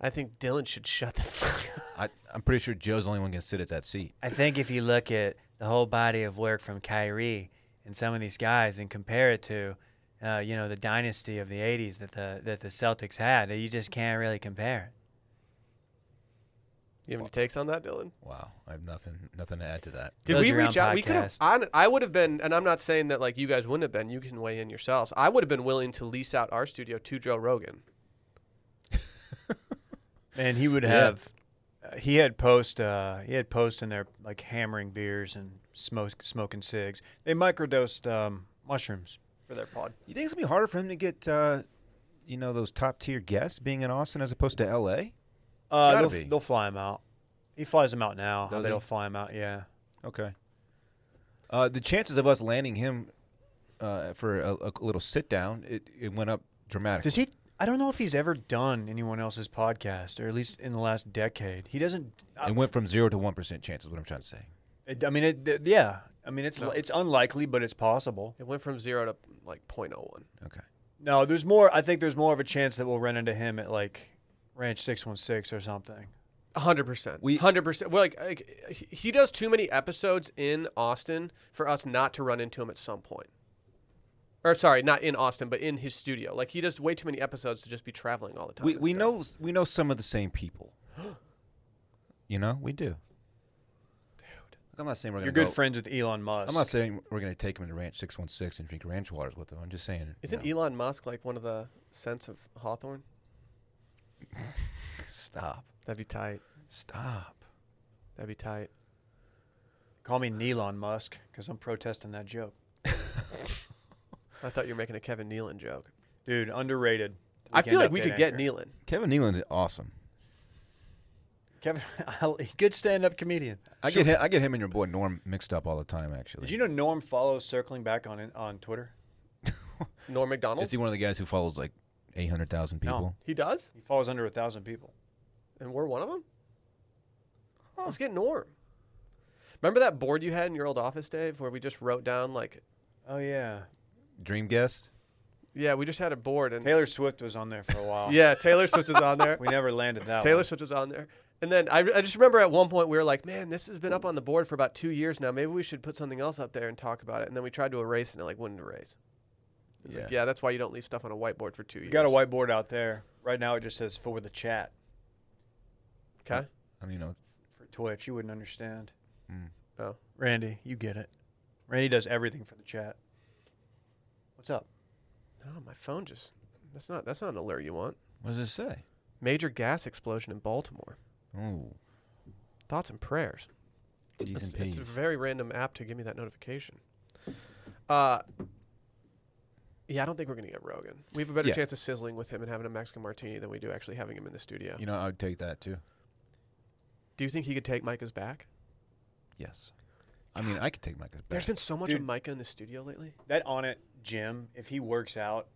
S1: I think Dylan should shut the fuck up.
S3: I, I'm pretty sure Joe's the only one can sit at that seat.
S2: I think if you look at the whole body of work from Kyrie and some of these guys and compare it to, uh, you know, the dynasty of the '80s that the that the Celtics had, you just can't really compare. it.
S1: You have any takes on that, Dylan?
S3: Wow. I have nothing nothing to add to that.
S1: Did
S2: Build
S1: we
S2: your own
S1: reach out? We could have.
S2: podcast.
S1: I, I would have been, and I'm not saying that like you guys wouldn't have been. You can weigh in yourselves. I would have been willing to lease out our studio to Joe Rogan.
S2: Man, he would
S3: Yeah.
S2: have. uh, He had post. Uh, he had post in there like hammering beers and smoke smoking cigs. They microdosed um, mushrooms for their pod.
S3: You think it's gonna be harder for him to get, uh, you know, those top tier guests being in Austin as opposed to L.A.?
S2: Uh,
S3: Gotta
S2: they'll,
S3: be.
S2: they'll fly him out. He flies them out now.
S3: Does
S2: they'll
S3: he?
S2: fly him out. Yeah.
S3: Okay. Uh, the chances of us landing him uh, for a, a little sit down, it, it went up dramatically.
S2: Does he? I don't know if he's ever done anyone else's podcast, or at least in the last decade. He doesn't. I,
S3: It went from zero to one percent chance. Is what I'm trying to say.
S2: it- I mean, it, th- yeah. I mean, it's
S1: No.
S2: it's unlikely, but it's possible.
S1: It went from zero to like 0.01.
S3: Okay.
S2: No, there's more. I think there's more of a chance that we'll run into him at like Ranch Six One Six or something.
S1: A hundred percent.
S3: We-
S1: We hundred percent. Well, like, like he- he does too many episodes in Austin for us not to run into him at some point. Or sorry, not in Austin, but in his studio. Like he does way too many episodes to just be traveling all the time.
S3: We
S1: and
S3: we
S1: stuff.
S3: know we know some of the same people. you know we do. Dude, I'm not saying we're gonna.
S2: You're good
S3: go-
S2: friends with Elon Musk.
S3: I'm not saying we're gonna take him to Ranch 616 and drink ranch waters with him. I'm just saying.
S1: Isn't Elon Musk like one of the scents of Hawthorne?
S3: Stop.
S1: That'd be tight.
S3: Stop.
S1: That'd be tight.
S2: Call me Elon Musk because I'm protesting that joke,
S1: I thought you were making a Kevin Nealon joke.
S2: dude. Underrated.
S1: I feel
S2: Weekend
S1: like we
S2: Update
S1: could get
S2: anchor.
S1: Nealon.
S3: Kevin Nealon is awesome.
S2: Kevin, good stand-up comedian.
S3: I get him, I get him and your boy Norm mixed up all the time. Actually,
S2: Did you know Norm follows circling back on on Twitter?
S1: Norm McDonald.
S3: Is he one of the guys who follows like 800,000
S2: No.
S3: people?
S1: he does,
S2: He follows under a thousand people.
S1: and we're one of them. Let's get Norm. Remember that board you had in your old office, Dave, where we just wrote down like
S2: Oh yeah,
S3: Dream guest?
S1: Yeah, we just had a board and
S2: Taylor Swift was on there for a while.
S1: yeah, Taylor Swift was on there.
S2: we never landed that.
S1: Taylor
S2: one.
S1: Swift was on there. And then I, I just remember at one point we were like, man, this has been up on the board for about two years now. Maybe we should put something else up there and talk about it. And then we tried to erase and it like wouldn't erase. It's like, yeah, that's why you don't leave stuff on a whiteboard for two
S2: We
S1: years.
S2: got a whiteboard out there right now. It just says for the chat
S1: Okay.
S3: I mean, you know,
S2: for Twitch. You wouldn't understand.
S3: Mm.
S1: Oh.
S2: Randy, you get it. Randy does everything for the chat. What's up?
S1: Oh, my phone just that's not that's not an alert you want.
S3: what does it say?
S1: Major gas explosion in Baltimore.
S3: Oh,
S1: Thoughts and prayers.
S3: D's
S1: It's,
S3: and
S1: it's
S3: P's.
S1: a very random app to give me that notification. Uh, yeah, I don't think we're going to get Rogan. We have a better
S3: Yeah.
S1: chance of sizzling with him and having a Mexican martini than we do actually having him in the studio.
S3: You know, I would take that too.
S1: Do you think he could take Micah's back?
S3: Yes. I mean, I could take Micah's
S1: There's
S3: back.
S1: been so much
S2: Dude.
S1: of Micah in the studio lately.
S2: That on it, Jim. If he works out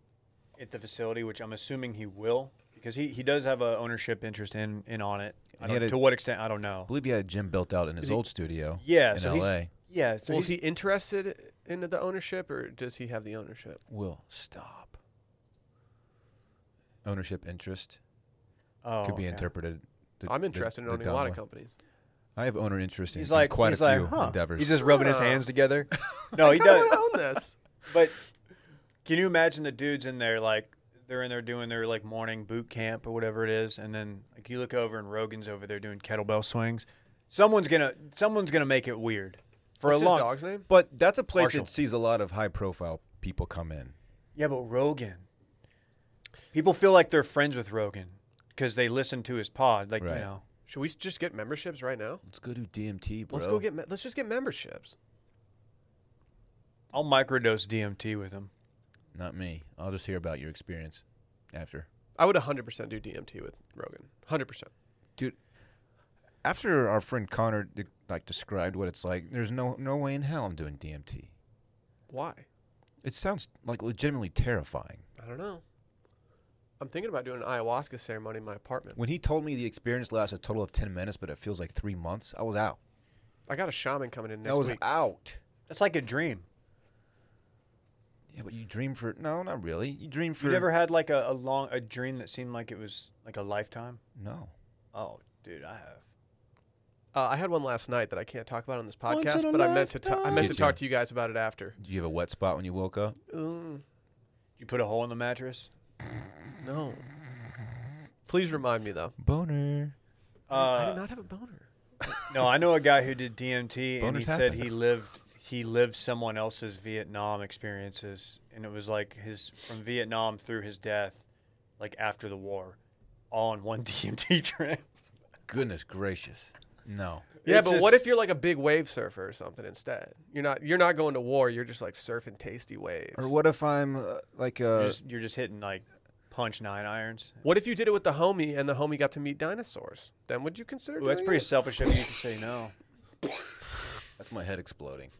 S2: at the facility, which I'm assuming he will, because he, he does have a ownership interest in in on it. I
S3: And he
S2: don't-
S3: had a-
S2: to what extent I don't
S3: I
S2: know.
S3: believe he had a gym built out in his
S2: he-
S3: old studio
S2: Yeah,
S3: in
S2: so he's-
S3: L.A.
S2: Yeah, so
S1: well, is
S2: he's,
S1: he interested in the ownership or does he have the ownership?
S3: Will, stop. Ownership interest
S2: oh,
S3: could be
S2: okay.
S3: interpreted. the-
S1: I'm
S3: the-
S1: interested in
S3: the
S1: owning a
S3: dumb
S1: lot
S3: way.
S1: of companies.
S3: I have owner interest in,
S2: He's
S3: in
S2: like
S3: quite
S2: he's
S3: a
S2: like,
S3: few
S2: huh.
S3: endeavors.
S2: He's just rubbing his
S1: Huh.
S2: hands together. No, he
S1: I kinda
S2: does.
S1: wanna own this.
S2: But can you imagine the dudes in there like they're in there doing their like morning boot camp or whatever it is, and then like you look over and Rogan's over there doing kettlebell swings. Someone's gonna someone's gonna make it weird for
S1: What's
S2: a
S1: his
S2: long.
S1: dog's name?
S3: but that's a place
S2: Marshall.
S3: that sees a lot of high profile people come in.
S2: Yeah, but Rogan. People feel like they're friends with Rogan because they listen to his pod. Like
S3: Right.
S2: you know,
S1: Should we s- just get memberships right now?
S3: Let's go to DMT, bro.
S1: Let's go get. Me- let's just get memberships.
S2: I'll microdose DMT with him.
S3: Not me. I'll just hear about your experience after.
S1: I would 100% do DMT with Rogan. 100%.
S3: After our friend Connor de- like described what it's like, there's no no way in hell I'm doing DMT.
S1: Why?
S3: It sounds like legitimately terrifying.
S1: I don't know. I'm thinking about doing an ayahuasca ceremony in my apartment.
S3: When he told me the experience lasts a total of ten minutes, but it feels like three months, I was out.
S1: I got a shaman coming in
S3: I
S1: next
S3: was
S1: week.
S3: out.
S2: That's like a dream.
S3: Yeah, but you dream for no, not really. You dream for
S2: You never had like a, a long a dream that seemed like it was like a lifetime.
S3: no.
S2: Oh, dude, I have.
S1: Uh, I had one last night that I can't talk about on this
S2: Once in
S1: podcast,
S2: a
S1: but I meant to ta- I
S2: lifetime.
S1: meant to
S3: Get you.
S1: talk to you guys about it after.
S3: Did you have a wet spot when you woke up?
S1: Mm,
S2: Did you put a hole in the mattress?
S1: no. Please remind me though.
S3: Boner.
S1: I did
S2: Uh,
S1: not have a boner.
S2: no, I know a guy who did DMT, and he
S3: Boners
S2: said
S3: happen.
S2: he lived he lived someone else's Vietnam experiences, and it was like his from Vietnam through his death, like after the war, all in one DMT trip.
S3: Goodness gracious. No.
S1: Yeah,
S2: It's
S1: but what
S2: just-
S1: if you're like a big wave surfer or something instead? You're not you're not going to war. You're just like surfing tasty waves.
S3: Or what if I'm uh, like a
S2: you're just, you're just hitting like punch nine irons?
S1: What if you did it with the homie and the homie got to meet dinosaurs? Then would you consider?
S2: Ooh, that's
S1: doing
S2: pretty
S1: it?
S2: selfish of you to say no.
S3: That's my head exploding.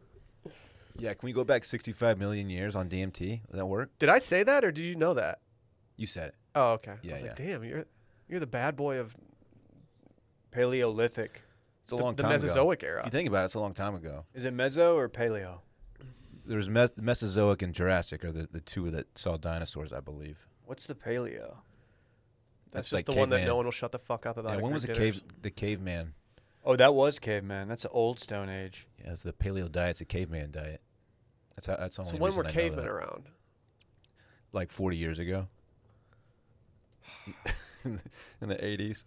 S3: Yeah, can we go back 65 million years on DMT? Would that work?
S1: Did I say that or did you know that?
S3: You said it.
S1: Oh, okay. I
S3: Yeah,
S1: was like, damn, you're you're the bad boy of
S2: Paleolithic.
S3: It's a
S1: the,
S3: long
S1: the
S3: time ago.
S1: Mesozoic era.
S3: If you think about it, it's a long time ago.
S2: Is it Meso or Paleo?
S3: There was Mes- Mesozoic and Jurassic are the, the two that saw dinosaurs, I believe.
S2: What's the Paleo?
S1: that's,
S3: That's like
S1: just the one that
S3: caveman.
S1: no one will shut the fuck up about.
S3: Yeah,
S1: at
S3: when was the
S1: group
S3: cave
S1: dinners.
S3: the caveman?
S2: Oh, that was caveman. That's the old Stone Age.
S3: Yeah, it's the paleo diet's a caveman diet. That's how that's the only
S1: So when
S3: reason
S1: were
S3: I know
S1: cavemen
S3: that.
S1: around?
S3: like 40 years ago. In the 80s.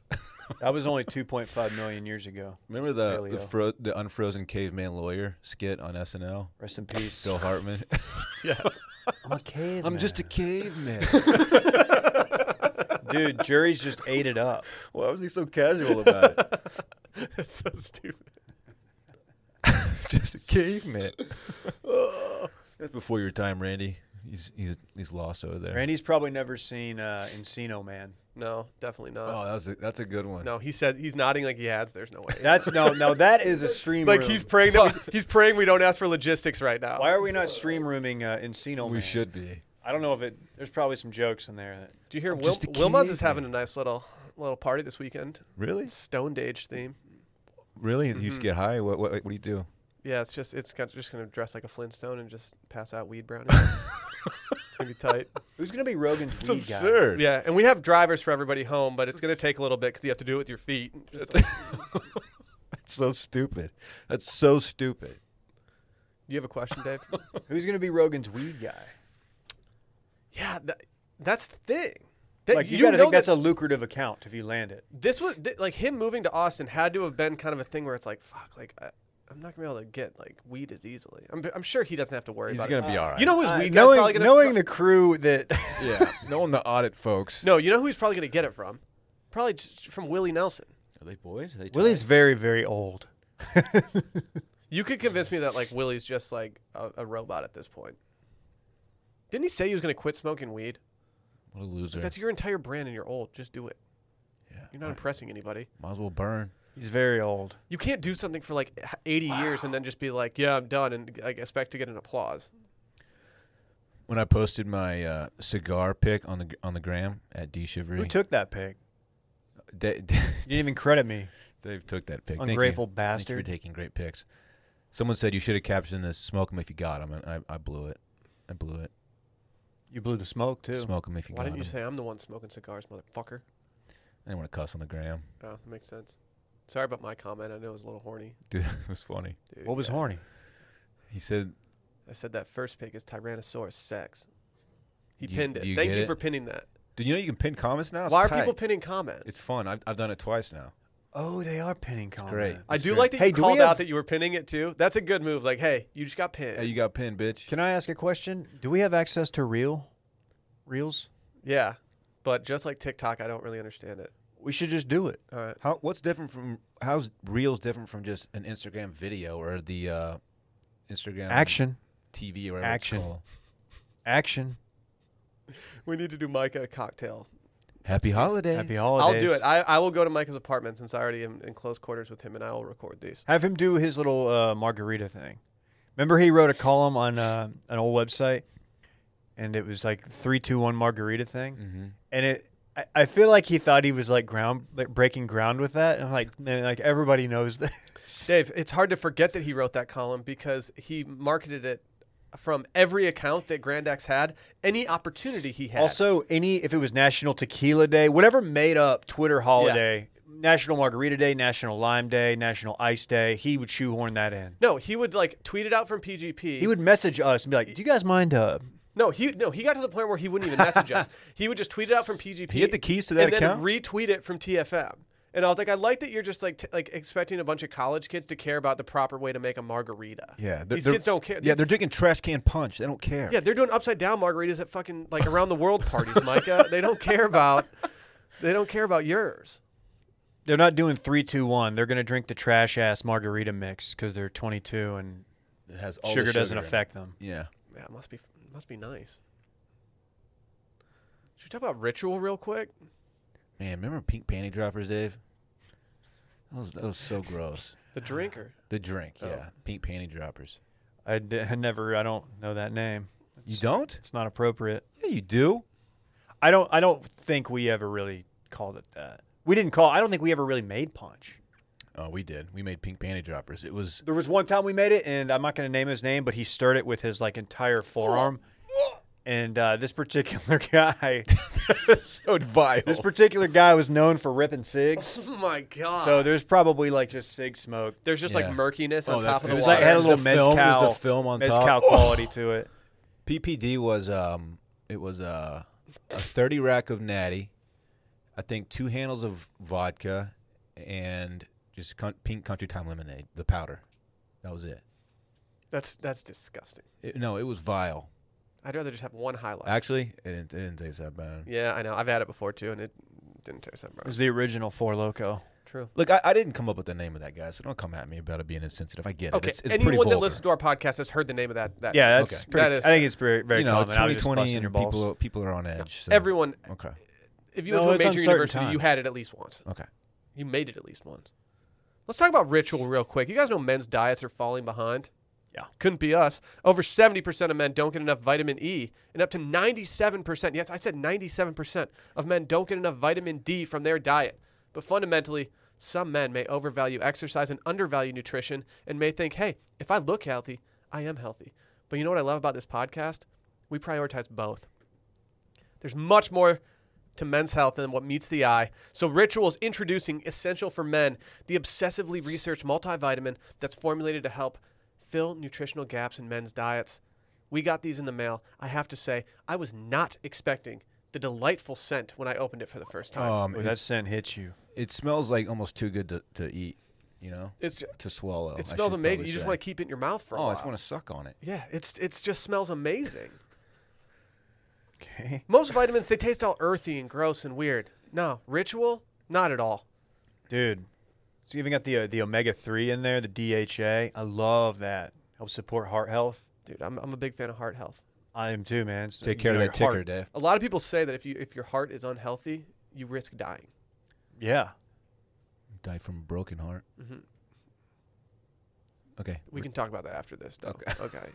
S2: That was only 2.5 million years ago.
S3: Remember the the,
S2: Paleo.
S3: fro- the unfrozen caveman lawyer skit on SNL?
S2: Rest in peace.
S3: Bill Hartman.
S1: Yes.
S2: I'm a caveman.
S3: I'm just a caveman.
S2: dude. Juries just ate it up.
S3: Why was he so casual about it?
S1: that's so stupid.
S3: just a caveman. That's before your time, Randy. He's he's he's lost over there.
S2: Randy's probably never seen uh, Encino Man.
S1: No, definitely not.
S3: Oh, that's a that's a good one.
S1: No, he says he's nodding like he has. There's no way.
S2: That's no, no. That is a stream.
S1: like
S2: room.
S1: he's praying that we, he's praying we don't ask for logistics right now.
S2: Why are we not stream rooming uh, Encino Man?
S3: we should be.
S2: I don't know if it. There's probably some jokes in there. That,
S1: Do you hear Wil-
S3: just a
S1: Wilmot's is
S3: caveman.
S1: having a nice little little party this weekend?
S3: Really?
S1: Stoned Age theme.
S3: Really? You
S1: Mm-hmm.
S3: just get high? What what what do you do?
S1: Yeah, it's just it's got, just gonna dress like a Flintstone and just pass out weed brownies. it's gonna be tight.
S2: who's gonna be Rogan's
S3: It's
S2: weed
S3: absurd.
S1: Yeah, and we have drivers for everybody home, but it's gonna take a little bit because you have to do it with your feet. Just like-
S3: That's so stupid. That's so stupid.
S1: you have a question, Dave?
S2: guy? Who's gonna be Rogan's weed guy?
S1: yeah, that, that's the thing. That,
S2: Like you,
S1: know
S2: gotta think
S1: that-
S2: that's a lucrative account if you land it.
S1: this was th- like him moving to Austin had to have been kind of a thing where it's like, fuck, like I, I'm not gonna be able to get like weed as easily. I'm, I'm sure he doesn't have to worry
S3: He's
S1: about
S3: gonna
S1: it.
S3: be all right.
S1: You know who's
S2: Uh,
S1: weed guy's probably
S2: knowing
S1: gonna
S2: knowing the crew that
S3: yeah. Knowing the audit folks.
S1: no, you know who he's probably gonna get it from? Probably just from Willie Nelson.
S3: Are they boys? Are they
S2: Willie's very very old.
S1: You could convince me that like Willie's just like a, a robot at this point. Didn't he say he was gonna quit smoking weed?
S3: twins? What a loser.
S1: That's your entire brand, and you're old. Just do it.
S3: Yeah.
S1: You're not impressing anybody.
S3: Might as well burn.
S2: He's very old.
S1: You can't do something for like 80 years and then just be like, yeah, I'm done, and like expect to get an applause.
S3: When I posted my uh, cigar pic on the on the gram at D Shivery,
S2: Who took that pic?
S3: Da- Da-
S2: You didn't even credit me.
S3: Dave took that pic. Thank you.
S2: Ungrateful
S3: Thank you
S2: bastard.
S3: for taking great pics. Someone said you should have captioned this. Smoke 'em if you got 'em," and I, I blew it. I blew it.
S2: You blew the smoke
S3: Smoke
S2: too.
S3: 'em if you
S1: Why
S3: got
S1: didn't you
S3: 'em.
S1: say I'm the one smoking cigars, motherfucker?
S3: I didn't want to cuss on the gram,
S1: Oh, that makes sense. Sorry about my comment. I know it was a little horny.
S3: dude. It was funny.
S1: Dude,
S2: What was
S1: yeah.
S2: horny?
S3: He said,
S1: I said that first pick is Tyrannosaurus sex. He
S3: You-
S1: pinned
S3: do
S1: it.
S3: you
S1: Thank
S3: get
S1: you
S3: it?
S1: for pinning that.
S3: "Do you know you can pin comments now? It's
S1: Why are
S3: tight.
S1: people pinning comments?
S3: It's fun. I've, I've done it twice now.
S2: Oh, they are pinning comments.
S3: great.
S1: I
S3: It's
S1: do
S3: great.
S1: like that
S2: Hey,
S1: you
S2: do we
S1: called
S2: have-
S1: out that you were pinning it too. That's a good move. Like, hey, you just got pinned.
S3: Hey, you got pinned, bitch.
S2: Can I ask a question? Do we have access to real reels?
S1: yeah, but just like TikTok, I don't really understand it.
S2: We should just do it.
S1: All right.
S3: How what's different from how's reels different from just an Instagram video or the uh, Instagram
S2: Action,
S3: TV or whatever
S2: Action.
S3: it's called?
S2: action.
S1: We need to do Micah a cocktail.
S3: Happy holidays.
S2: Happy
S1: I'll
S2: holidays.
S1: do it. I, I will go to Micah's apartment since I already am in close quarters with him, and I will record these.
S2: Have him do his little uh, margarita thing. Remember, he wrote a column on uh, an old website, and it was like three, two, one margarita thing.
S3: Mm-hmm.
S2: And it, I, I feel like he thought he was like ground like breaking ground with that. And I'm like, man, like everybody knows that.
S1: Dave, it's hard to forget that he wrote that column because he marketed it from every account that Grand X had, any opportunity he had.
S2: Also, any if it was National Tequila Day, whatever made up Twitter holiday, National Margarita Day, National Lime Day, National Ice Day, he would shoehorn that in.
S1: no, he would like tweet it out from PGP.
S2: He would message us and be like, "Do you guys mind?" Uh,
S1: no, he no, he got to the point where he wouldn't even message us. He would just tweet it out from PGP.
S3: He had the keys to that
S1: and
S3: account?
S1: then retweet it from TFM. And I was like, I like that you're just like t- like expecting a bunch of college kids to care about the proper way to make a margarita.
S3: Yeah, they're-
S1: these
S3: they're-
S1: kids don't care.
S3: Yeah, they're drinking trash can punch. They don't care.
S1: Yeah, they're doing upside down margaritas at fucking like around the world parties, Micah. they don't care about They don't care about yours.
S2: They're not doing three, two, one. They're gonna drink the trash ass margarita mix because they're 22 and
S3: It has all the
S2: sugar doesn't
S3: in it.
S2: affect them.
S3: Yeah.
S1: Yeah, it must be must be nice. Should we talk about ritual real quick?
S3: Man, remember pink panty droppers, Dave? That was, that was so gross.
S1: The drinker.
S3: The drink, yeah. Pink panty droppers.
S2: I, d- I never. I don't know that name.
S3: You don't?
S2: It's not appropriate.
S3: Yeah, you do.
S2: I don't. I don't think we ever really called it that. We didn't call. I don't think we ever really made punch.
S3: Oh, we did. We made pink panty droppers. It was
S2: There was one time we made it, and I'm not going to name his name, but he stirred it with his like entire forearm. And uh, this particular guy,
S3: so vile.
S2: this particular guy was known for ripping cigs.
S1: Oh my god.
S2: So there's probably like just sig smoke.
S1: there's just
S3: Yeah.
S1: like murkiness
S3: Oh,
S1: on
S3: that's
S1: top of
S2: It
S1: the
S2: was
S3: just
S1: water.
S2: like it had a
S3: There's
S2: little
S3: the film-
S2: mezcal,
S3: there's the film on
S2: mezcal
S3: top.
S2: quality to it.
S3: PPD was um, it was uh, a thirty rack of natty, I think two handles of vodka, and just con- pink country time lemonade, the powder. That was it.
S1: that's that's disgusting.
S3: It- No, it was vile.
S1: I'd rather just have one highlight.
S3: Actually, it didn't, it didn't taste that bad.
S1: yeah, I know. I've had it before too, and it didn't taste that
S2: It
S1: bad.
S2: was the original Four Loco.
S1: True.
S3: Look, I, I didn't come up with the name of that guy, so don't come at me about it being insensitive. I get it.
S1: Okay.
S3: It's, it's
S1: Anyone
S3: pretty vulgar.
S1: that listens to our podcast has heard the name of that. that
S2: Yeah, that's
S3: Okay.
S2: pretty.
S1: That is-
S2: I think it's very very
S3: you know,
S2: common. I was just
S3: 2020
S2: busting
S3: and
S2: your balls.
S3: people people are on edge. so-
S1: Everyone,
S3: Okay.
S1: if you
S2: No,
S1: went
S2: it's
S1: to a major
S2: uncertain
S1: university, you
S2: times.
S1: had it at least once.
S3: Okay.
S1: You made it at least once. Let's talk about ritual real quick. You guys know men's diets are falling behind.
S2: Yeah.
S1: Couldn't be us. Over 70% of men don't get enough vitamin E, and up to 97%, yes, I said 97% of men don't get enough vitamin D from their diet. But fundamentally, some men may overvalue exercise and undervalue nutrition and may think, hey, if I look healthy, I am healthy. But you know what I love about this podcast? We prioritize both. There's much more to men's health than what meets the eye. So Ritual is introducing Essential for Men, the obsessively researched multivitamin that's formulated to help fill nutritional gaps in men's diets. We got these in the mail. I have to say, I was not expecting the delightful scent when I opened it for the first time.
S3: Um,
S2: Ooh,
S3: it's-
S2: that scent hits you.
S3: it smells like almost too good to, to eat, you know,
S1: it's
S3: to swallow.
S1: it smells amazing. You just want to keep it in your mouth for a
S3: Oh,
S1: while.
S3: I just want to suck on it.
S1: yeah, it's it's just smells amazing.
S2: Okay,
S1: Most vitamins they taste all earthy and gross and weird. No, Ritual, not at all.
S2: dude. It's even got the uh, the omega three in there, the DHA. I love that. Helps support heart health.
S1: Dude, I'm I'm a big fan of heart health.
S2: I am too, man. It's-
S3: Take
S2: you
S3: care of
S2: know,
S3: that
S2: your
S3: ticker,
S2: heart-
S3: Dave.
S1: A lot of people say that if you if your heart is unhealthy, you risk dying.
S2: Yeah,
S3: Die from a broken heart.
S2: Mm-hmm.
S1: Mhm.
S3: Okay.
S1: We can talk about that after this, though.
S3: Okay.
S1: Okay.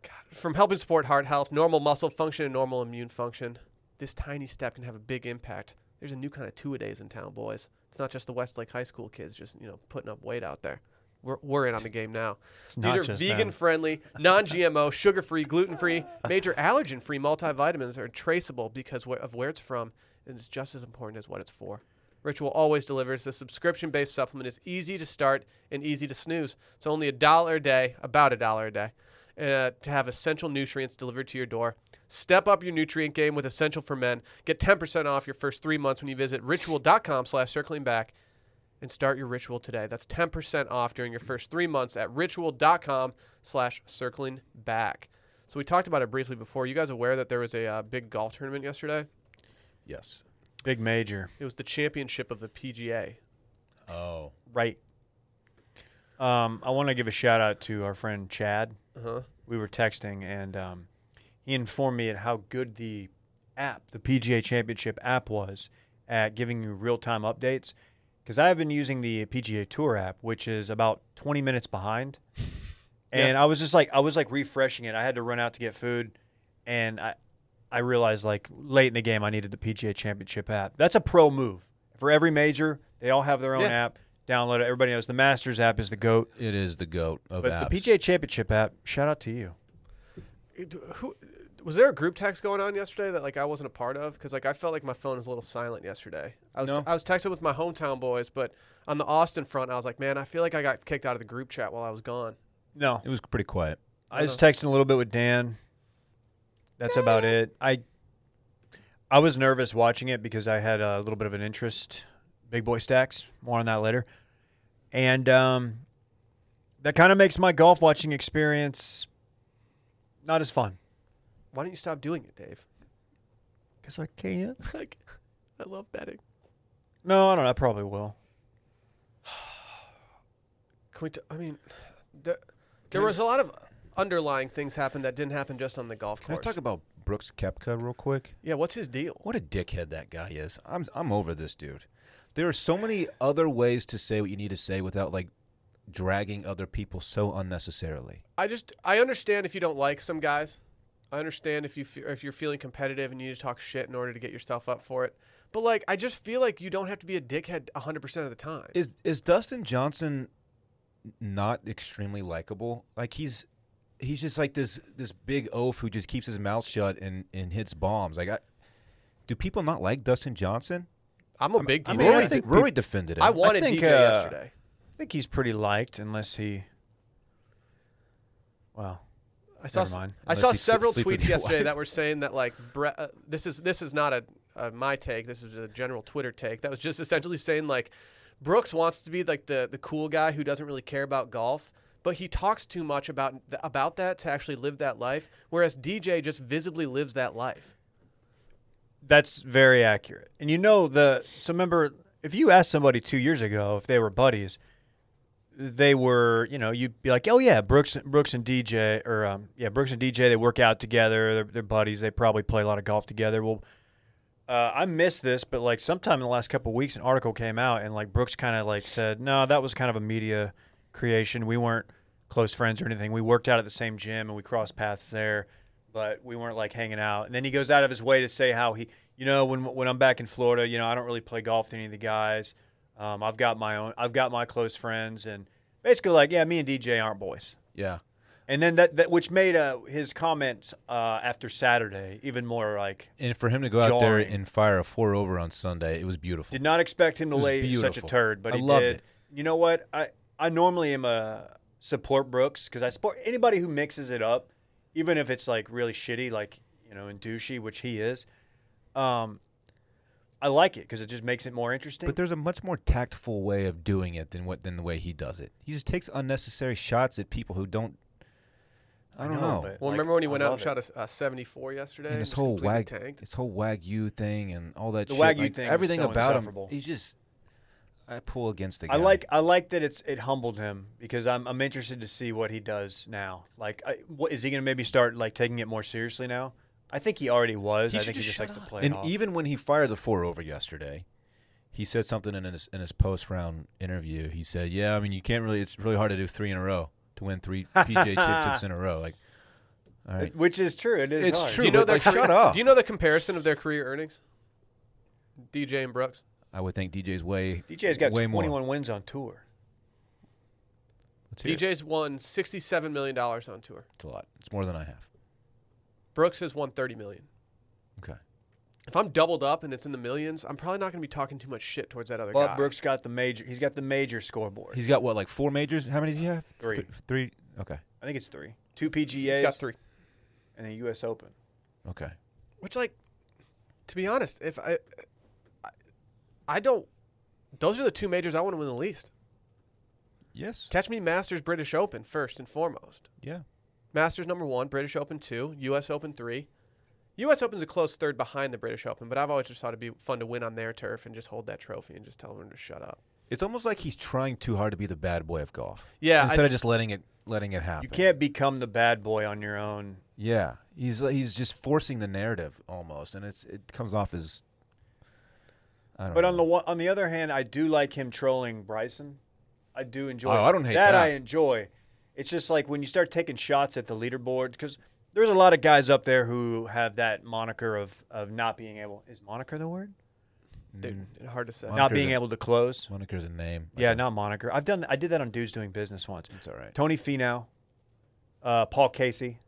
S1: God. From helping support heart health, normal muscle function, and normal immune function, this tiny step can have a big impact. There's a new kind of two-a-days in town, boys. It's not just the Westlake High School kids just, you know, putting up weight out there. We're, we're in on the game now.
S2: it's
S1: These
S2: not
S1: are
S2: just
S1: vegan
S2: them.
S1: friendly, non GMO, sugar free, gluten free, major allergen free multivitamins that are traceable because wh- of where it's from and it's just as important as what it's for. Ritual always delivers. The subscription based supplement is easy to start and easy to snooze. It's only a dollar a day, about a dollar a day, uh, to have essential nutrients delivered to your door. Step up your nutrient game with Essential for Men. Get 10% off your first three months when you visit ritual.com slash circling back and start your ritual today. That's 10% off during your first three months at ritual.com slash circling back. So we talked about it briefly before. You guys aware that there was a uh, big golf tournament yesterday?
S3: Yes.
S2: big major,
S1: It was the championship of the PGA.
S3: Oh.
S2: right? Um, I want to give a shout out to our friend Chad.
S1: Uh-huh.
S2: We were texting, and um, he informed me at how good the app, the PGA Championship app, was at giving you real time updates. Because I have been using the PGA Tour app, which is about 20 minutes behind, and I was just like, I was like refreshing it. I had to run out to get food, and I, I realized like late in the game I needed the PGA Championship app. That's a pro move for every major. They all have their own
S1: Yeah.
S2: app. Download it. Everybody knows the Masters app is the goat,
S3: It is the goat of
S2: but
S3: apps.
S2: the PGA Championship app. Shout out to you.
S1: It- uh, Who, was there a group text going on yesterday that like I wasn't a part of? Because like I felt like my phone was a little silent yesterday. I was
S3: No.
S1: I was texting with my hometown boys, but on the Austin front, I was like, man, I feel like I got kicked out of the group chat while I was gone.
S2: No,
S3: It was pretty quiet.
S2: I was texting a little bit with Dan. That's about it. I I was nervous watching it because I had a little bit of an interest. Big boy stacks. More on that later. And um, that kind of makes my golf watching experience not as fun.
S1: Why don't you stop doing it, Dave?
S2: Because I can't.
S1: Like, I love betting.
S2: No, I don't. know. I probably will.
S1: Can we? T- I mean, there, there was a lot of underlying things happened that didn't happen just on the golf
S3: Can I
S1: course.
S3: talk about Brooks Kepka real quick?
S1: yeah, what's his deal?
S3: What a dickhead that guy is. I'm I'm over this dude. There are so many other ways to say what you need to say without like dragging other people so unnecessarily.
S1: I just I understand if you don't like some guys. I understand if you fe- if you're feeling competitive and you need to talk shit in order to get yourself up for it. But like I just feel like you don't have to be a dickhead 100% of the time.
S3: Is is Dustin Johnson not extremely likable? Like he's he's just like this this big oaf who just keeps his mouth shut and and hits bombs. Like I do people not like Dustin Johnson?
S1: I'm a big DJ. I,
S2: I mean,
S3: Rory,
S2: I think
S3: Rory defended him.
S1: wanted
S2: think,
S1: DJ
S2: uh,
S1: yesterday.
S2: I think he's pretty liked, unless he. Well,
S1: I saw
S2: never
S1: s-
S2: mind.
S1: I
S3: Unless
S1: saw
S3: you sit-
S1: several
S3: sleep with
S1: tweets
S3: your
S1: yesterday
S3: wife.
S1: that were saying that like Bre- uh, this is this is not a uh, my take. This is a general Twitter take that was just essentially saying like Brooks wants to be like the the cool guy who doesn't really care about golf, but he talks too much about th- about that to actually live that life. Whereas DJ just visibly lives that life.
S2: that's very accurate. And you know the so remember if you asked somebody two years ago if they were buddies, they were you know you'd be like oh yeah Brooks Brooks and DJ or um, yeah Brooks and DJ they work out together they're, they're buddies they probably play a lot of golf together. Well, uh, I missed this, but like sometime in the last couple of weeks an article came out and like Brooks kind of like said no that was kind of a media creation we weren't close friends or anything we worked out at the same gym and we crossed paths there but we weren't like hanging out. And then he goes out of his way to say how he, you know, when when I'm back in Florida, you know, I don't really play golf with any of the guys. Um, I've got my own, I've got my close friends, and basically like, yeah, me and DJ aren't boys.
S3: Yeah.
S2: And then that, that which made uh, his comments uh, after Saturday even more like
S3: And for him to go out there
S2: Jarring.
S3: and fire a four over on Sunday, it was beautiful.
S2: did not expect him to
S3: was
S2: lay such a
S3: beautiful.
S2: turd, but
S3: I
S2: he
S3: loved
S2: did.
S3: it.
S2: You know what? I I normally am a support Brooks because I support anybody who mixes it up, even if it's like really shitty, like you know, and douchey, which he is. Um, I like it because it just makes it more interesting.
S3: But there's a much more tactful way of doing it than what than the way he does it. He just takes unnecessary shots at people who don't. I don't know.
S2: but, uh,
S1: Well,
S2: like,
S1: remember when he
S2: I
S1: went out
S2: love
S1: and
S2: it.
S1: shot a, s- a 74 yesterday?
S3: and this
S1: just
S3: whole
S1: completely
S3: wag,
S1: tanked?
S3: this whole wagyu thing, and all that.
S2: The
S3: shit.
S2: Wagyu
S3: like,
S2: thing was
S3: everything
S2: so
S3: about him.
S2: insufferable.
S3: He's just. I pull against the guy.
S2: I like I like that it's it humbled him because I'm I'm interested to see what he does now. Like, I, what, is he going to maybe start like taking it more seriously now? I think he already was.
S1: He
S2: I
S1: should
S2: think he
S1: just
S2: just
S1: shut
S2: likes to
S1: up.
S2: play. it
S3: And
S2: off.
S3: even when he fired the four over yesterday, he said something in his in his post round interview. He said, "Yeah, I mean, you can't really. It's really hard to do three in a row to win three PJ championships in a row. Like, all right,
S2: which is true. It is.
S3: It's
S2: hard.
S3: true.
S1: do you know
S3: but,
S1: their
S3: like,
S1: career-
S3: shut up.
S1: Do you know the comparison of their career earnings? DJ and Brooks.
S3: I would think DJ's way
S2: DJ's got
S3: way
S2: 21
S3: More.
S2: wins on tour.
S3: Let's hear it.
S1: DJ's won 67 million dollars on tour.
S3: It's a lot. It's more than I have.
S1: Brooks has won 30 million.
S3: Okay.
S1: if I'm doubled up and it's in the millions, I'm probably not going to be talking too much shit towards that other
S2: Bob
S1: guy.
S2: Brooks got the major. He's got the major scoreboard.
S3: He's got what, like four majors? How many does he have?
S2: Three.
S3: Th- three. Okay.
S2: I think it's three, two
S1: he's
S2: PGA's,
S1: got three.
S2: and a U.S. Open.
S3: Okay.
S1: Which, like, to be honest, if I, I, I don't. Those are the two majors I want to win the least.
S3: Yes.
S1: Catch me Masters, British Open first and foremost.
S3: Yeah.
S1: Masters number one, British Open two, U.S. Open three. U.S. Open's a close third behind the British Open, but I've always just thought it'd be fun to win on their turf and just hold that trophy and just tell them to shut up.
S3: It's almost like he's trying too hard to be the bad boy of golf.
S1: Yeah, I-
S3: Instead of just letting it letting it happen.
S2: You can't become the bad boy on your own.
S3: Yeah. He's he's just forcing the narrative almost, and it's it comes off as. I don't
S2: But
S3: know.
S2: on the one, on the other hand, I do like him trolling Bryson. I do enjoy.
S3: Oh, I don't hate that.
S2: I enjoy. It's just like when you start taking shots at the leaderboard because there's a lot of guys up there who have that moniker of of not being able. Is moniker the word?
S1: Dude, hard to say.
S3: Wow.
S2: Not
S3: Moniker's
S2: being
S3: a-
S2: able to close.
S3: moniker's a name.
S2: Yeah,
S3: Okay.
S2: not moniker. I've done. I did that on dudes doing business once.
S3: It's all right.
S2: Tony Finau, uh, Paul Casey.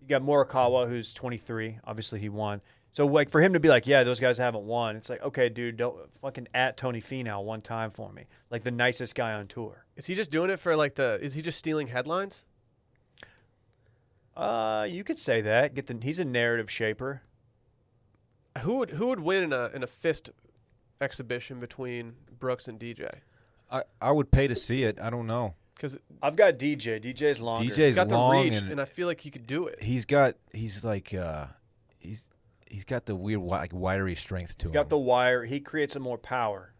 S2: You got Morikawa, who's 23. Obviously, he won. So like for him to be like, yeah, those guys haven't won. It's like, okay, dude, don't fucking at Tony Finau one time for me. Like the nicest guy on tour.
S1: Is he just doing it for like the? Is he just stealing headlines?
S2: Uh, you could say that. Get the he's a narrative shaper.
S1: Who would who would win in a in a fist exhibition between Brooks and DJ?
S3: I, I would pay to see it. I don't know.
S1: Because
S2: I've got DJ. DJ's longer.
S3: DJ's
S1: he's got the
S3: long
S1: reach,
S3: and
S1: and I feel like he could do it.
S3: he's got he's like uh he's he's got the weird wi- like wiry strength to
S2: He's
S3: him.
S2: got the wire. He creates some more power.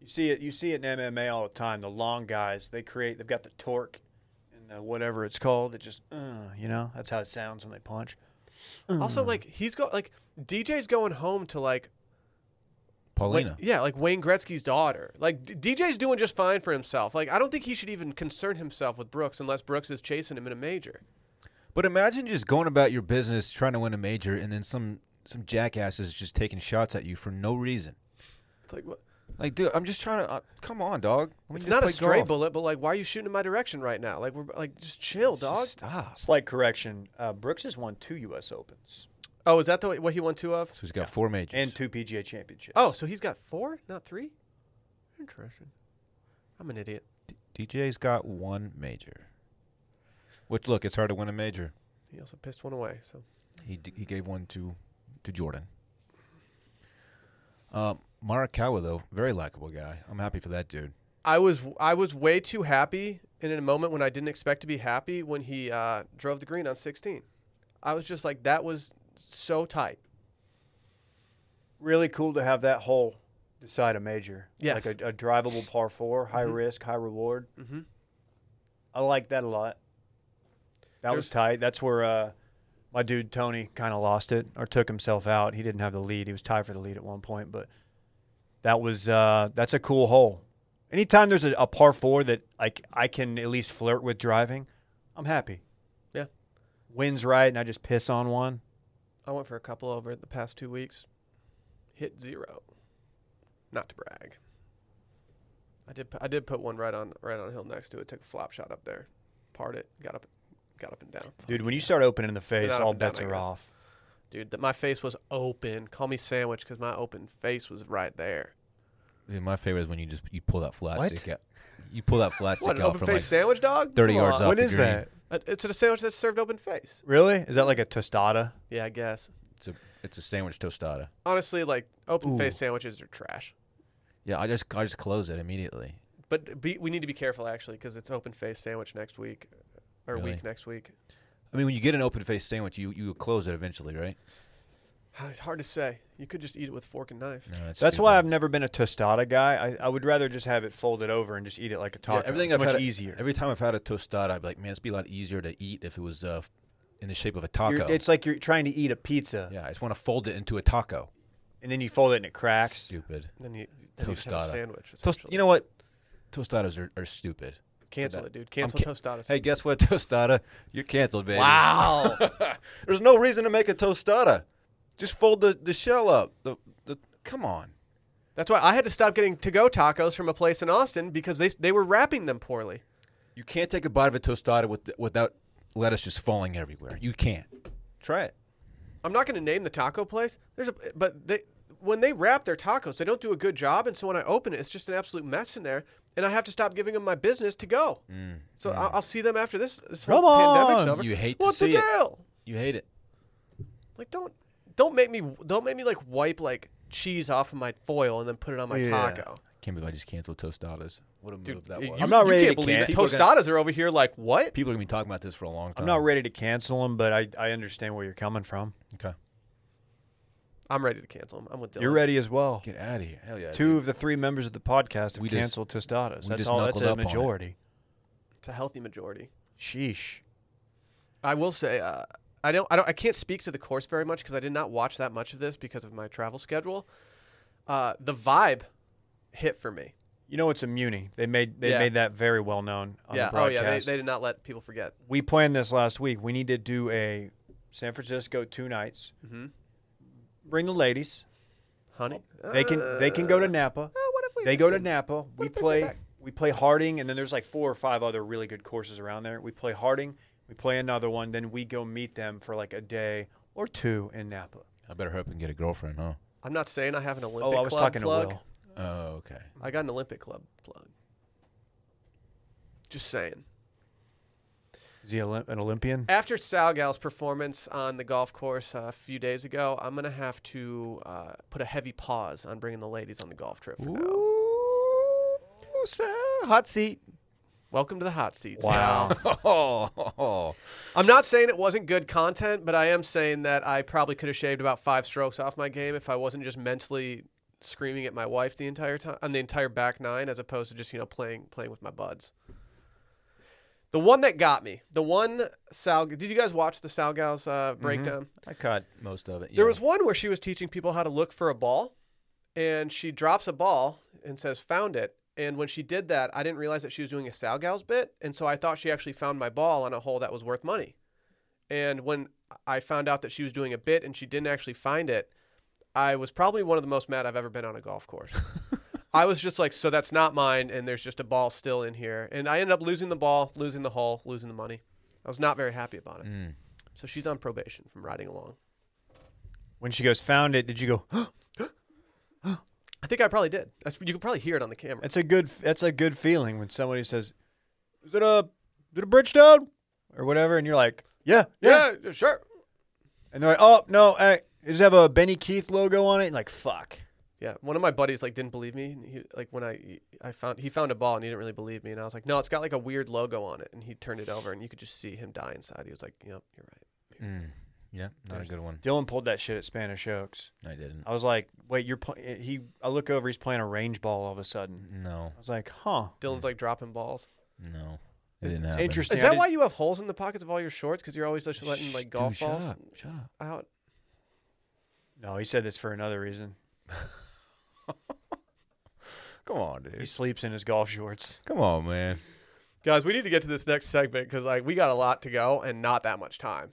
S2: You see it. You see it in MMA all the time. The long guys they create. They've got the torque and the whatever it's called. It just uh, you know that's how it sounds when they punch.
S1: Also, like he's got like DJ's going home to like Wayne-
S3: Paulina.
S1: yeah, like Wayne Gretzky's daughter. Like D- DJ's doing just fine for himself. Like I don't think he should even concern himself with Brooks unless Brooks is chasing him in a major.
S3: But imagine just going about your business trying to win a major and then some some jackass is just taking shots at you for no reason.
S1: It's like what?
S3: Like, dude, I'm just trying to uh, come on, dog. Let me
S1: It's
S3: just
S1: not a
S3: play
S1: stray
S3: golf.
S1: bullet, but like why are you shooting in my direction right now? Like we're like just chill, dog.
S3: Stop. So
S2: Slight correction. Uh, Brooks has won two U.S. Opens
S1: Oh, is that the what he won two of?
S3: he's got four majors.
S2: and two PGA Championships.
S1: Oh, so he's got four, not three. Interesting. I'm an idiot.
S3: DJ's got one major. Which look, it's hard to win a major.
S1: He also pissed one away. So
S3: He d- he gave one to to Jordan. Uh, Marikawa though, very likable guy. I'm happy for that dude.
S1: I was I was way too happy and in a moment when I didn't expect to be happy when he uh, drove the green on 16. I was just like that was so tight.
S2: Really cool to have that hole decide a major.
S1: Yes.
S2: Like a, a drivable par four, high risk, high reward.
S1: Mm-hmm.
S2: I like that a lot. That was
S1: There's-
S2: tight. That's where uh, my dude Tony kind of lost it or took himself out. He didn't have the lead. He was tied for the lead at one point, but that was uh, that's a cool hole. Anytime there's a, a par four that like I can at least flirt with driving, I'm happy.
S1: Yeah.
S2: Wind's right, and I just piss on one.
S1: I went for a couple over the past two weeks. Hit zero. Not to brag. I did. pu- I did put one right on right on a hill next to it. Took a flop shot up there, parred it, got up, got up and down.
S2: Dude, when you start opening the face,
S1: Not up
S2: all
S1: and down,
S2: bets
S1: I
S2: are
S1: guess.
S2: off.
S1: Dude, th- my face was open. Call me sandwich because my open face was right there.
S3: Dude, my favorite is when you just you pull that flat
S2: What?
S3: stick out. You pull that flat stick
S1: What an
S3: out
S1: open
S3: from
S1: face
S3: like
S1: sandwich, dog?
S3: 30
S1: Come
S3: yards
S1: on.
S3: off
S2: When
S3: the
S2: is
S3: green.
S2: that?
S1: Uh, It's a sandwich that's served open face.
S2: Really? Is that like a tostada?
S1: Yeah, I guess.
S3: It's a it's a sandwich tostada.
S1: Honestly, like open face
S3: Ooh.
S1: sandwiches are trash.
S3: Yeah, I just I just close it immediately.
S1: But be, we need to be careful actually because it's open face sandwich next week, or
S3: Really?
S1: week next week.
S3: I mean, when you get an open faced sandwich, you you close it eventually, right?
S1: It's hard to say. You could just eat it with fork and knife.
S3: No,
S2: That's why I've never been a tostada guy. I, I would rather just have it folded over and just eat it like a taco.
S3: everything
S2: it's
S3: I've
S2: much
S3: had-
S2: easier.
S3: Every time I've had a tostada, I'd be like, man, it'd be a lot easier to eat if it was uh, in the shape of a taco.
S2: You're- it's like you're trying to eat a pizza
S3: yeah, I just want to fold it into a taco.
S2: and then you fold it and it cracks.
S3: Stupid.
S1: Then you then you just have a
S3: Tostada.
S1: sandwich.
S3: Toast, you know what? Tostadas are, are stupid.
S1: cancel
S3: that-
S1: it, dude.
S3: I'm
S1: Cancel
S3: ca-
S1: tostadas.
S3: Hey, guess what, tostada? You're canceled, baby.
S2: Wow.
S3: There's no reason to make a tostada. Just fold the, the shell up. The, the Come on.
S1: that's why I had to stop getting to-go tacos from a place in Austin because they s- they were wrapping them poorly.
S3: You can't take a bite of a tostada with, without lettuce just falling everywhere. You can't. Try it.
S1: I'm not going to name the taco place. There's a but they when they wrap their tacos, they don't do a good job, and so when I open it, it's just an absolute mess in there, and I have to stop giving them my business to go.
S3: Mm,
S1: so I'll, I'll see them after this this whole
S2: Come
S1: pandemic's
S2: on,
S1: over.
S3: you hate to
S1: what
S3: see
S1: the
S3: it.
S1: deal?
S3: You hate it.
S1: Like don't don't make me don't make me like wipe like cheese off of my foil and then put it on my
S2: Yeah.
S1: taco.
S3: Can't believe I just canceled tostadas. What a move that
S1: you-
S3: was.
S1: you-
S2: I'm not
S1: you
S2: ready
S1: can't
S2: to
S1: believe it.
S3: cancel. People
S1: Tostadas are over here like what?
S3: People are gonna be talking about this for a long time.
S2: I'm not ready to cancel them, but I, I understand where you're coming from.
S3: Okay,
S1: I'm ready to cancel them. I'm with Dylan.
S2: You're ready as well.
S3: get out of here. Hell yeah.
S2: Two of the three members of the podcast have
S3: We just-
S2: canceled tostadas.
S3: we
S2: That's
S3: just
S2: all. That's
S3: knuckled
S2: a
S3: up on it.
S2: majority.
S1: It's a healthy majority.
S2: Sheesh.
S1: I will say, uh, I don't, I don't, I can't speak to the course very much because I did not watch that much of this because of my travel schedule. Uh, the vibe hit for me.
S2: You know it's a muni. They made they
S1: Yeah.
S2: made that very well known on
S1: yeah.
S2: the
S1: Oh
S2: broadcast.
S1: yeah. They, they did not let people forget.
S2: we planned this last week. We need to do a San Francisco two nights.
S1: Mm-hmm.
S2: Bring the ladies.
S1: Honey,
S2: They can they can go to Napa.
S1: Uh, what if we
S2: They
S1: just
S2: go to
S1: did-
S2: Napa. We
S1: if they stay
S2: play
S1: back?
S2: we play Harding, and then there's like four or five other really good courses around there. We play Harding. We play another one. Then we go meet them for like a day or two in Napa.
S3: I better hope and get a girlfriend, huh?
S1: I'm not saying I have an Olympic
S2: Oh, I was
S1: club
S2: talking
S1: plug.
S2: to Will.
S3: Oh, okay.
S1: I got an Olympic club plug. Just saying.
S2: Is he Olymp- an Olympian?
S1: After Salgal's performance on the golf course uh, a few days ago, I'm gonna have to uh, put a heavy pause on bringing the ladies on the golf trip for now.
S3: Ooh, so hot seat.
S1: Welcome to the hot seats.
S4: Wow.
S3: Oh,
S1: I'm not saying it wasn't good content, but I am saying that I probably could have shaved about five strokes off my game if I wasn't just mentally screaming at my wife the entire time on the entire back nine, as opposed to just you know playing playing with my buds. The one that got me, the one Sal. Did you guys watch the Sal Gals uh, breakdown?
S3: I caught most of it.
S1: There
S3: yeah.
S1: was one where she was teaching people how to look for a ball, and she drops a ball and says, "Found it." And when she did that, I didn't realize that she was doing a Sal Gals bit, and so I thought she actually found my ball on a hole that was worth money. And when I found out that she was doing a bit and she didn't actually find it, I was probably one of the most mad I've ever been on a golf course. I was just like, "So that's not mine," and there's just a ball still in here, and I ended up losing the ball, losing the hole, losing the money. I was not very happy about it.
S3: Mm.
S1: So she's on probation from riding along.
S2: When she goes, found it. Did you go?
S1: I think I probably did. That's, you could probably hear it on the camera.
S2: That's a good. That's a good feeling when somebody says, "Is it a, is it a Bridgestone or whatever?" And you're like, "Yeah, yeah."
S1: yeah sure.
S2: And they're like, "Oh no, I, it does have a Benny Keith logo on it." And like, fuck.
S1: Yeah, one of my buddies like didn't believe me. And he like when I I found he found a ball and he didn't really believe me, and I was like, no, it's got like a weird logo on it, and he turned it over, and you could just see him die inside. He was like, yep, you're right.
S3: Mm. Yeah, not a
S2: There's-
S3: good one.
S2: Dylan pulled that shit at Spanish Oaks.
S3: I didn't.
S2: I was like, "Wait, you're pl-, eh, he?" I look over, he's playing a range ball all of a sudden.
S3: No,
S2: I was like, "Huh."
S1: Dylan's like dropping balls.
S3: no, it
S2: It's
S3: didn't happen.
S2: Interesting.
S1: Is
S2: Hmm. I
S1: that
S2: didn't-
S1: why you have holes in the pockets of all your shorts? Because you're always just letting
S3: Shh,
S1: like
S3: dude,
S1: golf
S3: shut
S1: balls
S3: up, Shut up.
S1: out.
S2: No, he said this for another reason.
S3: Come on,
S2: He
S3: dude.
S2: sleeps in his golf shorts.
S3: Come on, man.
S1: Guys, we need to get to this next segment because like we got a lot to go and not that much time.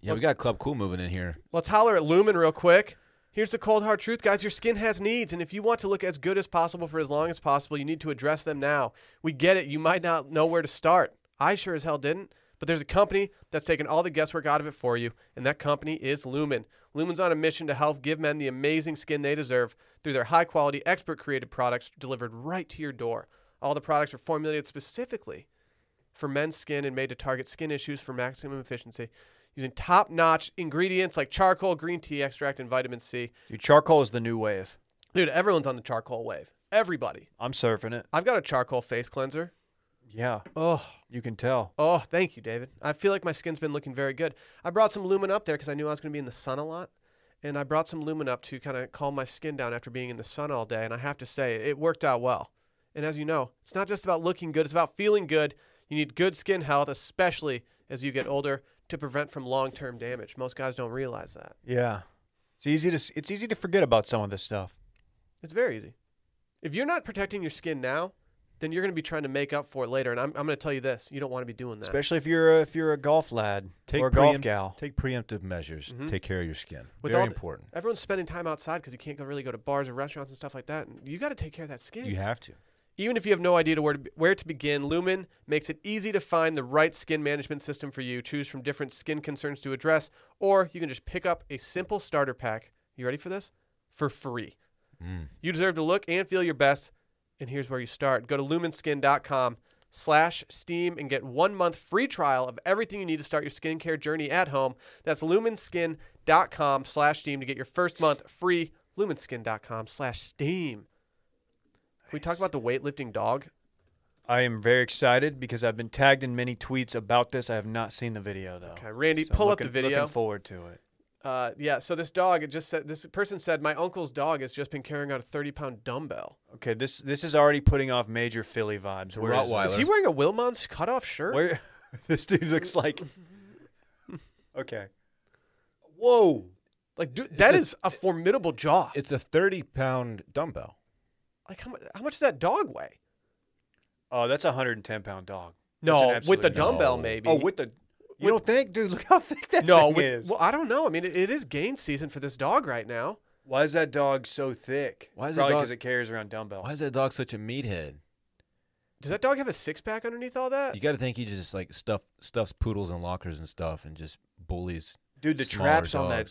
S3: Yeah, we got Club Cool moving in here.
S1: Let's holler at Lumen real quick. Here's the cold hard truth, guys. Your skin has needs, and if you want to look as good as possible for as long as possible, you need to address them now. We get it. You might not know where to start. I sure as hell didn't. But there's a company that's taken all the guesswork out of it for you, and that company is Lumen. Lumen's on a mission to help give men the amazing skin they deserve through their high quality, expert created products delivered right to your door. All the products are formulated specifically for men's skin and made to target skin issues for maximum efficiency using top notch ingredients like charcoal, green tea extract, and vitamin C.
S2: Dude, charcoal is the new wave.
S1: Dude, everyone's on the charcoal wave. Everybody.
S2: I'm surfing it.
S1: I've got a charcoal face cleanser.
S2: Yeah,
S1: Oh,
S2: you can tell.
S1: oh, thank you, David. I feel like my skin's been looking very good. I brought some lumen up there because I knew I was going to be in the sun a lot. And I brought some lumen up to kind of calm my skin down after being in the sun all day. And I have to say, it worked out well. And as you know, it's not just about looking good, it's about feeling good. You need good skin health, especially as you get older, to prevent from long term damage. Most guys don't realize that.
S2: Yeah, it's easy to s- it's easy to forget about some of this stuff.
S1: It's very easy. If you're not protecting your skin now, then you're going to be trying to make up for it later. And I'm, I'm going to tell you this: you don't want to be doing that.
S2: Especially if you're a, if you're a golf lad
S3: Take
S2: or a golf
S3: preempt-
S2: gal.
S3: Take preemptive measures.
S1: Mhm.
S3: Take care of your skin.
S1: With
S3: Very
S1: all the-
S3: important.
S1: Everyone's spending time outside because you can't go really go to bars or restaurants and stuff like that. And you got to take care of that skin.
S3: You have to.
S1: Even if you have no idea to where, to be, where to begin, Lumen makes it easy to find the right skin management system for you. Choose from different skin concerns to address, or you can just pick up a simple starter pack. You ready for this? For free.
S3: Mm.
S1: You deserve to look and feel your best, and here's where you start. Go to lumenskin.com slash steam and get one month free trial of everything you need to start your skincare journey at home. That's lumenskin.com slash steam to get your first month free. Lumenskin.com slash steam. Can we talk about the weightlifting dog?
S2: I am very excited because I've been tagged in many tweets about this. I have not seen the video though.
S1: Okay, Randy,
S2: I'm
S1: pull
S2: looking,
S1: up the video.
S2: Looking forward to it.
S1: uh, yeah, so this dog, it just said, this person said, my uncle's dog has just been carrying out a 30 pound dumbbell.
S2: Okay, this this is already putting off major Philly vibes. Where is
S3: Rottweiler.
S1: Is he wearing a Wilmon's cutoff shirt?
S2: this? Where this dude looks like. Okay.
S3: Whoa!
S1: Like, dude, that is a formidable jaw.
S3: It's a thirty-pound dumbbell.
S1: Like how, mu- how much does that dog weigh?
S2: Oh, that's a 110 pound dog. That's
S1: No,
S2: an
S1: with the
S2: absolute
S1: dumbbell
S3: no.
S1: maybe.
S2: Oh, with the.
S1: With-
S2: You don't think, dude? Look how thick that
S1: no,
S2: thing
S1: with,
S2: is.
S1: well I don't know. I mean, it, it is gain season for this dog right now.
S2: Why is that dog so thick?
S3: Why is that
S2: Probably
S3: dog-
S2: because it carries around dumbbell.
S3: Why is that dog such a meathead?
S1: Does that dog have a six pack underneath all that?
S3: You got to think he just like stuff stuffs poodles and lockers and stuff, and just bullies.
S2: Dude, the
S3: Smaller
S2: traps on that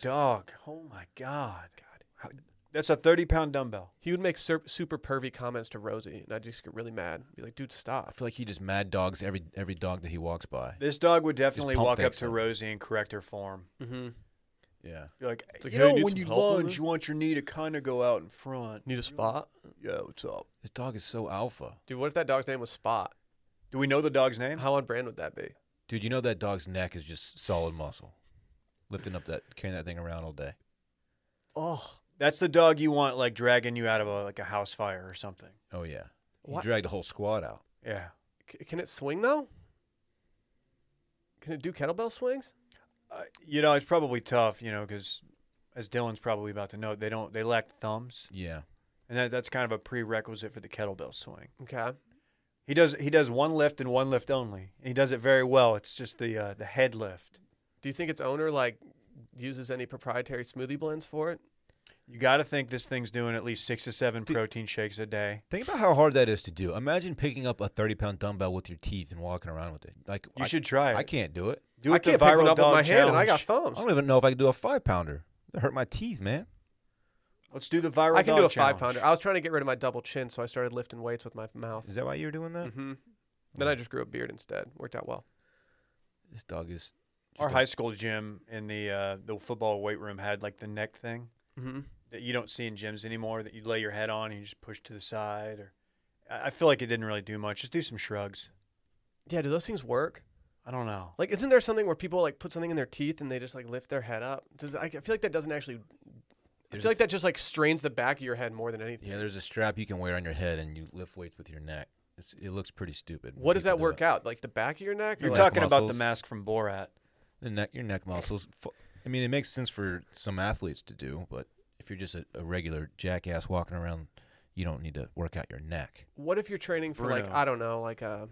S2: dog.
S3: dogs.
S2: Oh my god. How- That's a 30 pound dumbbell.
S1: He would make sur- super pervy comments to Rosie, and I'd just get really mad. Be like, dude,
S3: I
S1: stop.
S3: feel like he just mad dogs every every dog that he walks by.
S2: This dog would definitely
S3: pump
S2: walk up
S3: fakes
S2: to
S3: him.
S2: Rosie and correct her form.
S1: Mm-hmm.
S3: Yeah.
S2: Be like,
S1: It's like,
S2: you
S1: "Hey,
S2: know,
S1: need
S2: when
S1: some
S2: you
S1: help with
S2: lunge,
S1: this?"
S2: you want your knee to kind of go out in front.
S1: Need a spot,
S2: Yeah, what's up?
S3: This dog is so alpha.
S1: dude. What if that dog's name was Spot?
S2: Do we know the dog's name?
S1: How on brand would that be?
S3: Dude, you know that dog's neck is just solid muscle. Lifting up that, carrying that thing around all day.
S2: Oh, that's the dog you want, like dragging you out of a like a house fire or something.
S3: Oh yeah, he
S1: What?
S3: dragged the whole squad out.
S2: Yeah.
S1: C- can it swing though? Can it do kettlebell swings?
S2: Uh, you know, it's probably tough, you know, because as Dylan's probably about to know, they don't they lack thumbs,
S3: Yeah,
S2: and that, that's kind of a prerequisite for the kettlebell swing.
S1: Okay.
S2: He does he does one lift and one lift only. And he does it very well. It's just the uh, the head lift.
S1: Do you think its owner like uses any proprietary smoothie blends for it?
S2: You got to think this thing's doing at least six to seven protein shakes a day.
S3: think about how hard that is to do. Imagine picking up a thirty-pound dumbbell with your teeth and walking around with it. Like
S2: You
S3: I,
S2: should try it.
S3: I can't do it.
S2: Do
S1: I
S2: it the
S1: can't pick
S2: viral
S1: one up with
S2: dog
S1: my hand, and I got
S2: challenge.
S3: I
S1: thumbs.
S3: don't even know if I can do a five-pounder. That hurt my teeth, man.
S2: Let's do the viral.
S1: I can
S2: dog
S1: do a five
S2: challenge.
S1: pounder. I was trying to get rid of my double chin, so I started lifting weights with my mouth.
S3: Is that why you were doing that?
S1: hmm
S2: Mm-hmm.
S1: Then I just grew a beard instead. Worked out well.
S3: This dog is. just
S2: Our
S3: a-
S2: high school gym in the uh, the football weight room had like the neck thing
S1: hmm
S2: that you don't see in gyms anymore. That you lay your head on and you just push to the side. Or I I feel like it didn't really do much. Just do some shrugs.
S1: Yeah, do those things work?
S2: I don't know.
S1: Like, isn't there something where people like put something in their teeth and they just like lift their head up? Does I I feel like that doesn't actually. I
S3: There's
S1: feel
S3: a-
S1: like that just like strains the back of your head more than anything.
S3: Yeah, there's a strap you can wear on your head, and you lift weights with your neck. It's, it looks pretty stupid. when
S1: What does that
S3: people do
S1: work
S3: it.
S1: out? Like the back of your neck?
S2: You're
S1: like,
S2: talking about the
S3: muscles.
S2: mask from Borat.
S3: The neck, your neck muscles. Fu- I mean, it makes sense for some athletes to do, but if you're just a, a regular jackass walking around, you don't need to work out your neck.
S1: What if you're training for like
S2: Bruno.
S1: I don't know, like a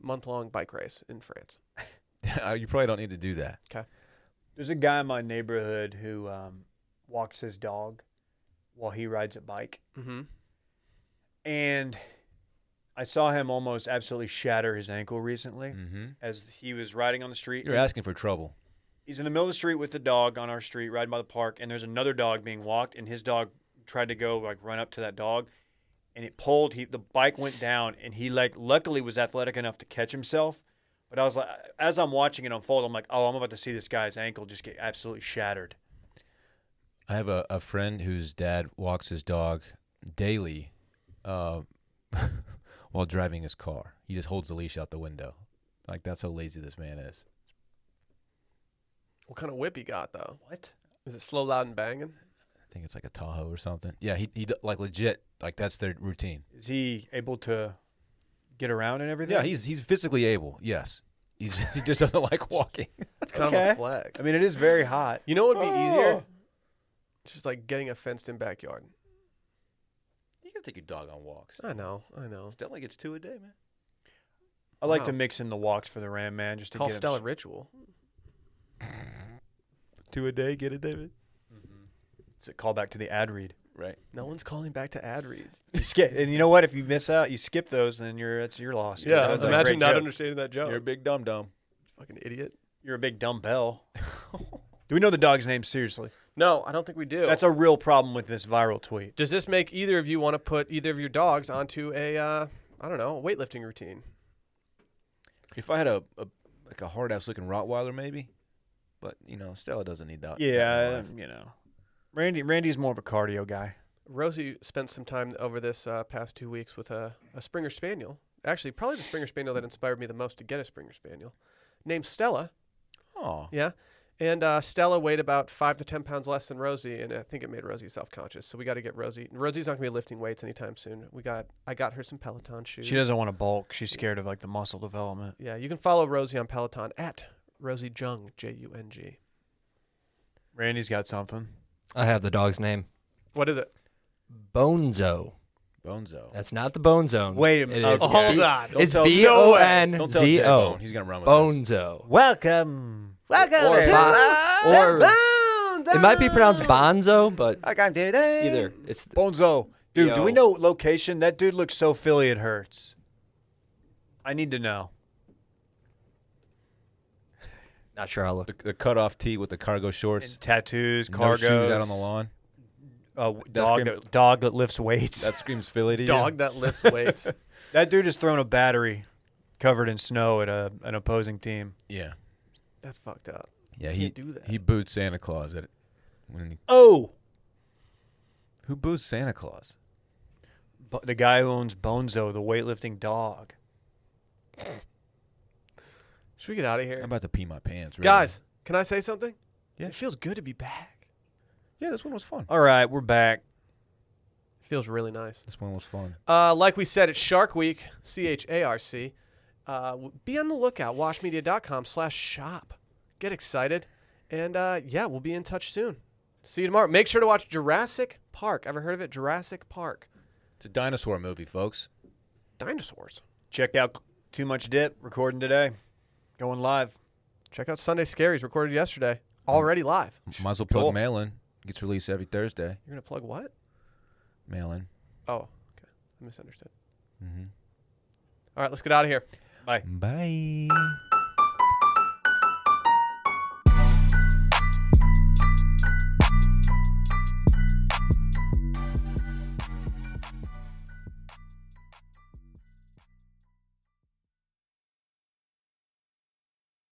S1: month long bike race in France?
S3: you probably don't need to do that.
S2: There's a guy in my neighborhood who um, walks his dog while he rides a bike,
S1: Mm-hmm.
S2: and I saw him almost absolutely shatter his ankle recently
S3: Mm-hmm.
S2: as he was riding on the street.
S3: You're asking for trouble.
S2: he's in the middle of the street with the dog on our street, riding by the park, and there's another dog being walked, and his dog tried to go like run up to that dog, and it pulled. He the bike went down, and he like luckily was athletic enough to catch himself. But I was like, as I'm watching it unfold, I'm like, oh, I'm about to see this guy's ankle just get absolutely shattered.
S3: I have a, a friend whose dad walks his dog daily uh, while driving his car. He just holds the leash out the window. Like, that's how lazy this man is.
S1: What kind of whip you got though?
S2: What?
S1: Is it slow, loud, and banging?
S3: I think it's like a Tahoe or something. Yeah, he, he d- like legit, like that's their routine.
S2: Is he able to get around and everything?
S3: Yeah, he's he's physically able. Yes, he's he just doesn't like walking.
S1: It's kind of
S2: Okay.
S1: a flex.
S2: I mean, it is very hot.
S1: You know what would be easier?
S2: Oh.
S1: Just like getting a fenced in backyard.
S3: You gotta take your dog on walks.
S1: I know, I know.
S3: Stella Oh, gets two a day, man.
S2: I like
S1: Wow.
S2: to mix in the walks for the Ram Man just to
S1: Call
S2: get him
S1: Stella
S2: s-
S1: Ritual.
S3: Two a day, get it, David?
S2: It's a call back to the ad read.
S3: Right.
S1: No one's calling back to ad reads.
S2: You skip, and you know what? If you miss out, you skip those, then you're it's your loss.
S3: Yeah,
S2: that's
S3: sounds
S2: a
S3: like
S1: imagine
S2: great
S1: not
S2: joke.
S1: understanding that joke.
S3: You're a big dumb dumb.
S1: fucking idiot.
S2: You're a big dumbbell. do we know the dog's name seriously?
S1: No, I don't think we do.
S2: That's a real problem with this viral tweet.
S1: Does this make either of you want to put either of your dogs onto a uh, I don't know, a weightlifting routine?
S3: If I had a, a like a hard ass looking Rottweiler, maybe. But you know, Stella doesn't need that. that in her
S2: Yeah,
S3: life.
S2: you know, Randy. Randy's more of a cardio guy.
S1: Rosie spent some time over this uh, past two weeks with a, a Springer Spaniel. Actually, probably the Springer Spaniel that inspired me the most to get a Springer Spaniel, named Stella.
S3: Aw.
S1: Yeah, and uh, Stella weighed about five to ten pounds less than Rosie, and I think it made Rosie self-conscious. So we got to get Rosie. Rosie's not gonna be lifting weights anytime soon. We got I got her some Peloton shoes.
S2: She doesn't want to bulk. She's scared of like the muscle development.
S1: Yeah, you can follow Rosie on Peloton at Rosie Jung J U N G.
S2: Randy's got something.
S4: I have the dog's name.
S1: What is it?
S4: Bonzo.
S3: Bonzo.
S4: That's not the Bone Zone.
S2: Wait a minute.
S4: It is
S2: Oh, hold
S4: B-
S2: on.
S4: It's
S3: tell-
S4: B
S2: No
S4: O
S2: way.
S4: N
S3: Don't tell
S4: Z
S3: J-Bone.
S4: O.
S3: He's gonna run with this.
S4: Bonzo.
S2: Welcome.
S4: Or, bon- or it might be pronounced Bonzo, but
S2: I'm David.
S4: either it's
S2: Bonzo, dude. Do we
S4: Yo.
S2: know location? That dude looks so Philly it hurts. I need to know.
S4: not sure. I'll look.
S3: The, the cutoff tee with the cargo shorts,
S2: And tattoos,
S3: no
S2: cargo,
S3: shoes out on the lawn.
S2: Uh,
S3: That's
S2: dog,
S3: grim-
S2: that, dog that lifts weights.
S3: That screams Philly to you.
S1: Dog that lifts weights.
S2: That dude has thrown a battery covered in snow at a, an opposing team.
S3: Yeah.
S1: That's fucked up.
S3: Yeah.
S1: You
S3: He
S1: can't do that.
S3: he booed Santa Claus at when he,
S2: Oh,
S3: who booed Santa Claus?
S2: the guy who owns Bonzo, the weightlifting dog.
S1: Should we get out of here,
S3: I'm about to pee my pants. Really.
S1: guys? Can I say something?
S3: Yeah.
S1: It feels good to be back.
S3: Yeah, this one was fun.
S2: All right, we're back.
S1: It feels really nice.
S3: This one was fun.
S1: Uh, like we said, it's Shark Week, C H A R C. Uh, w- be on the lookout, washmedia.com slash shop. Get excited. And uh, yeah, we'll be in touch soon. See you tomorrow. Make sure to watch Jurassic Park. Ever heard of it? Jurassic Park.
S3: It's a dinosaur movie, folks.
S1: Dinosaurs.
S2: Check out Too Much Dip recording today. Going live.
S1: Check out Sunday Scaries, recorded yesterday. Already live.
S3: Might as well plug
S2: Cool.
S3: mail in. Gets released every Thursday.
S1: You're going to plug what?
S3: Mail in.
S1: Oh, okay. I misunderstood.
S3: Mhm.
S1: All right, let's get out of here.
S3: Bye.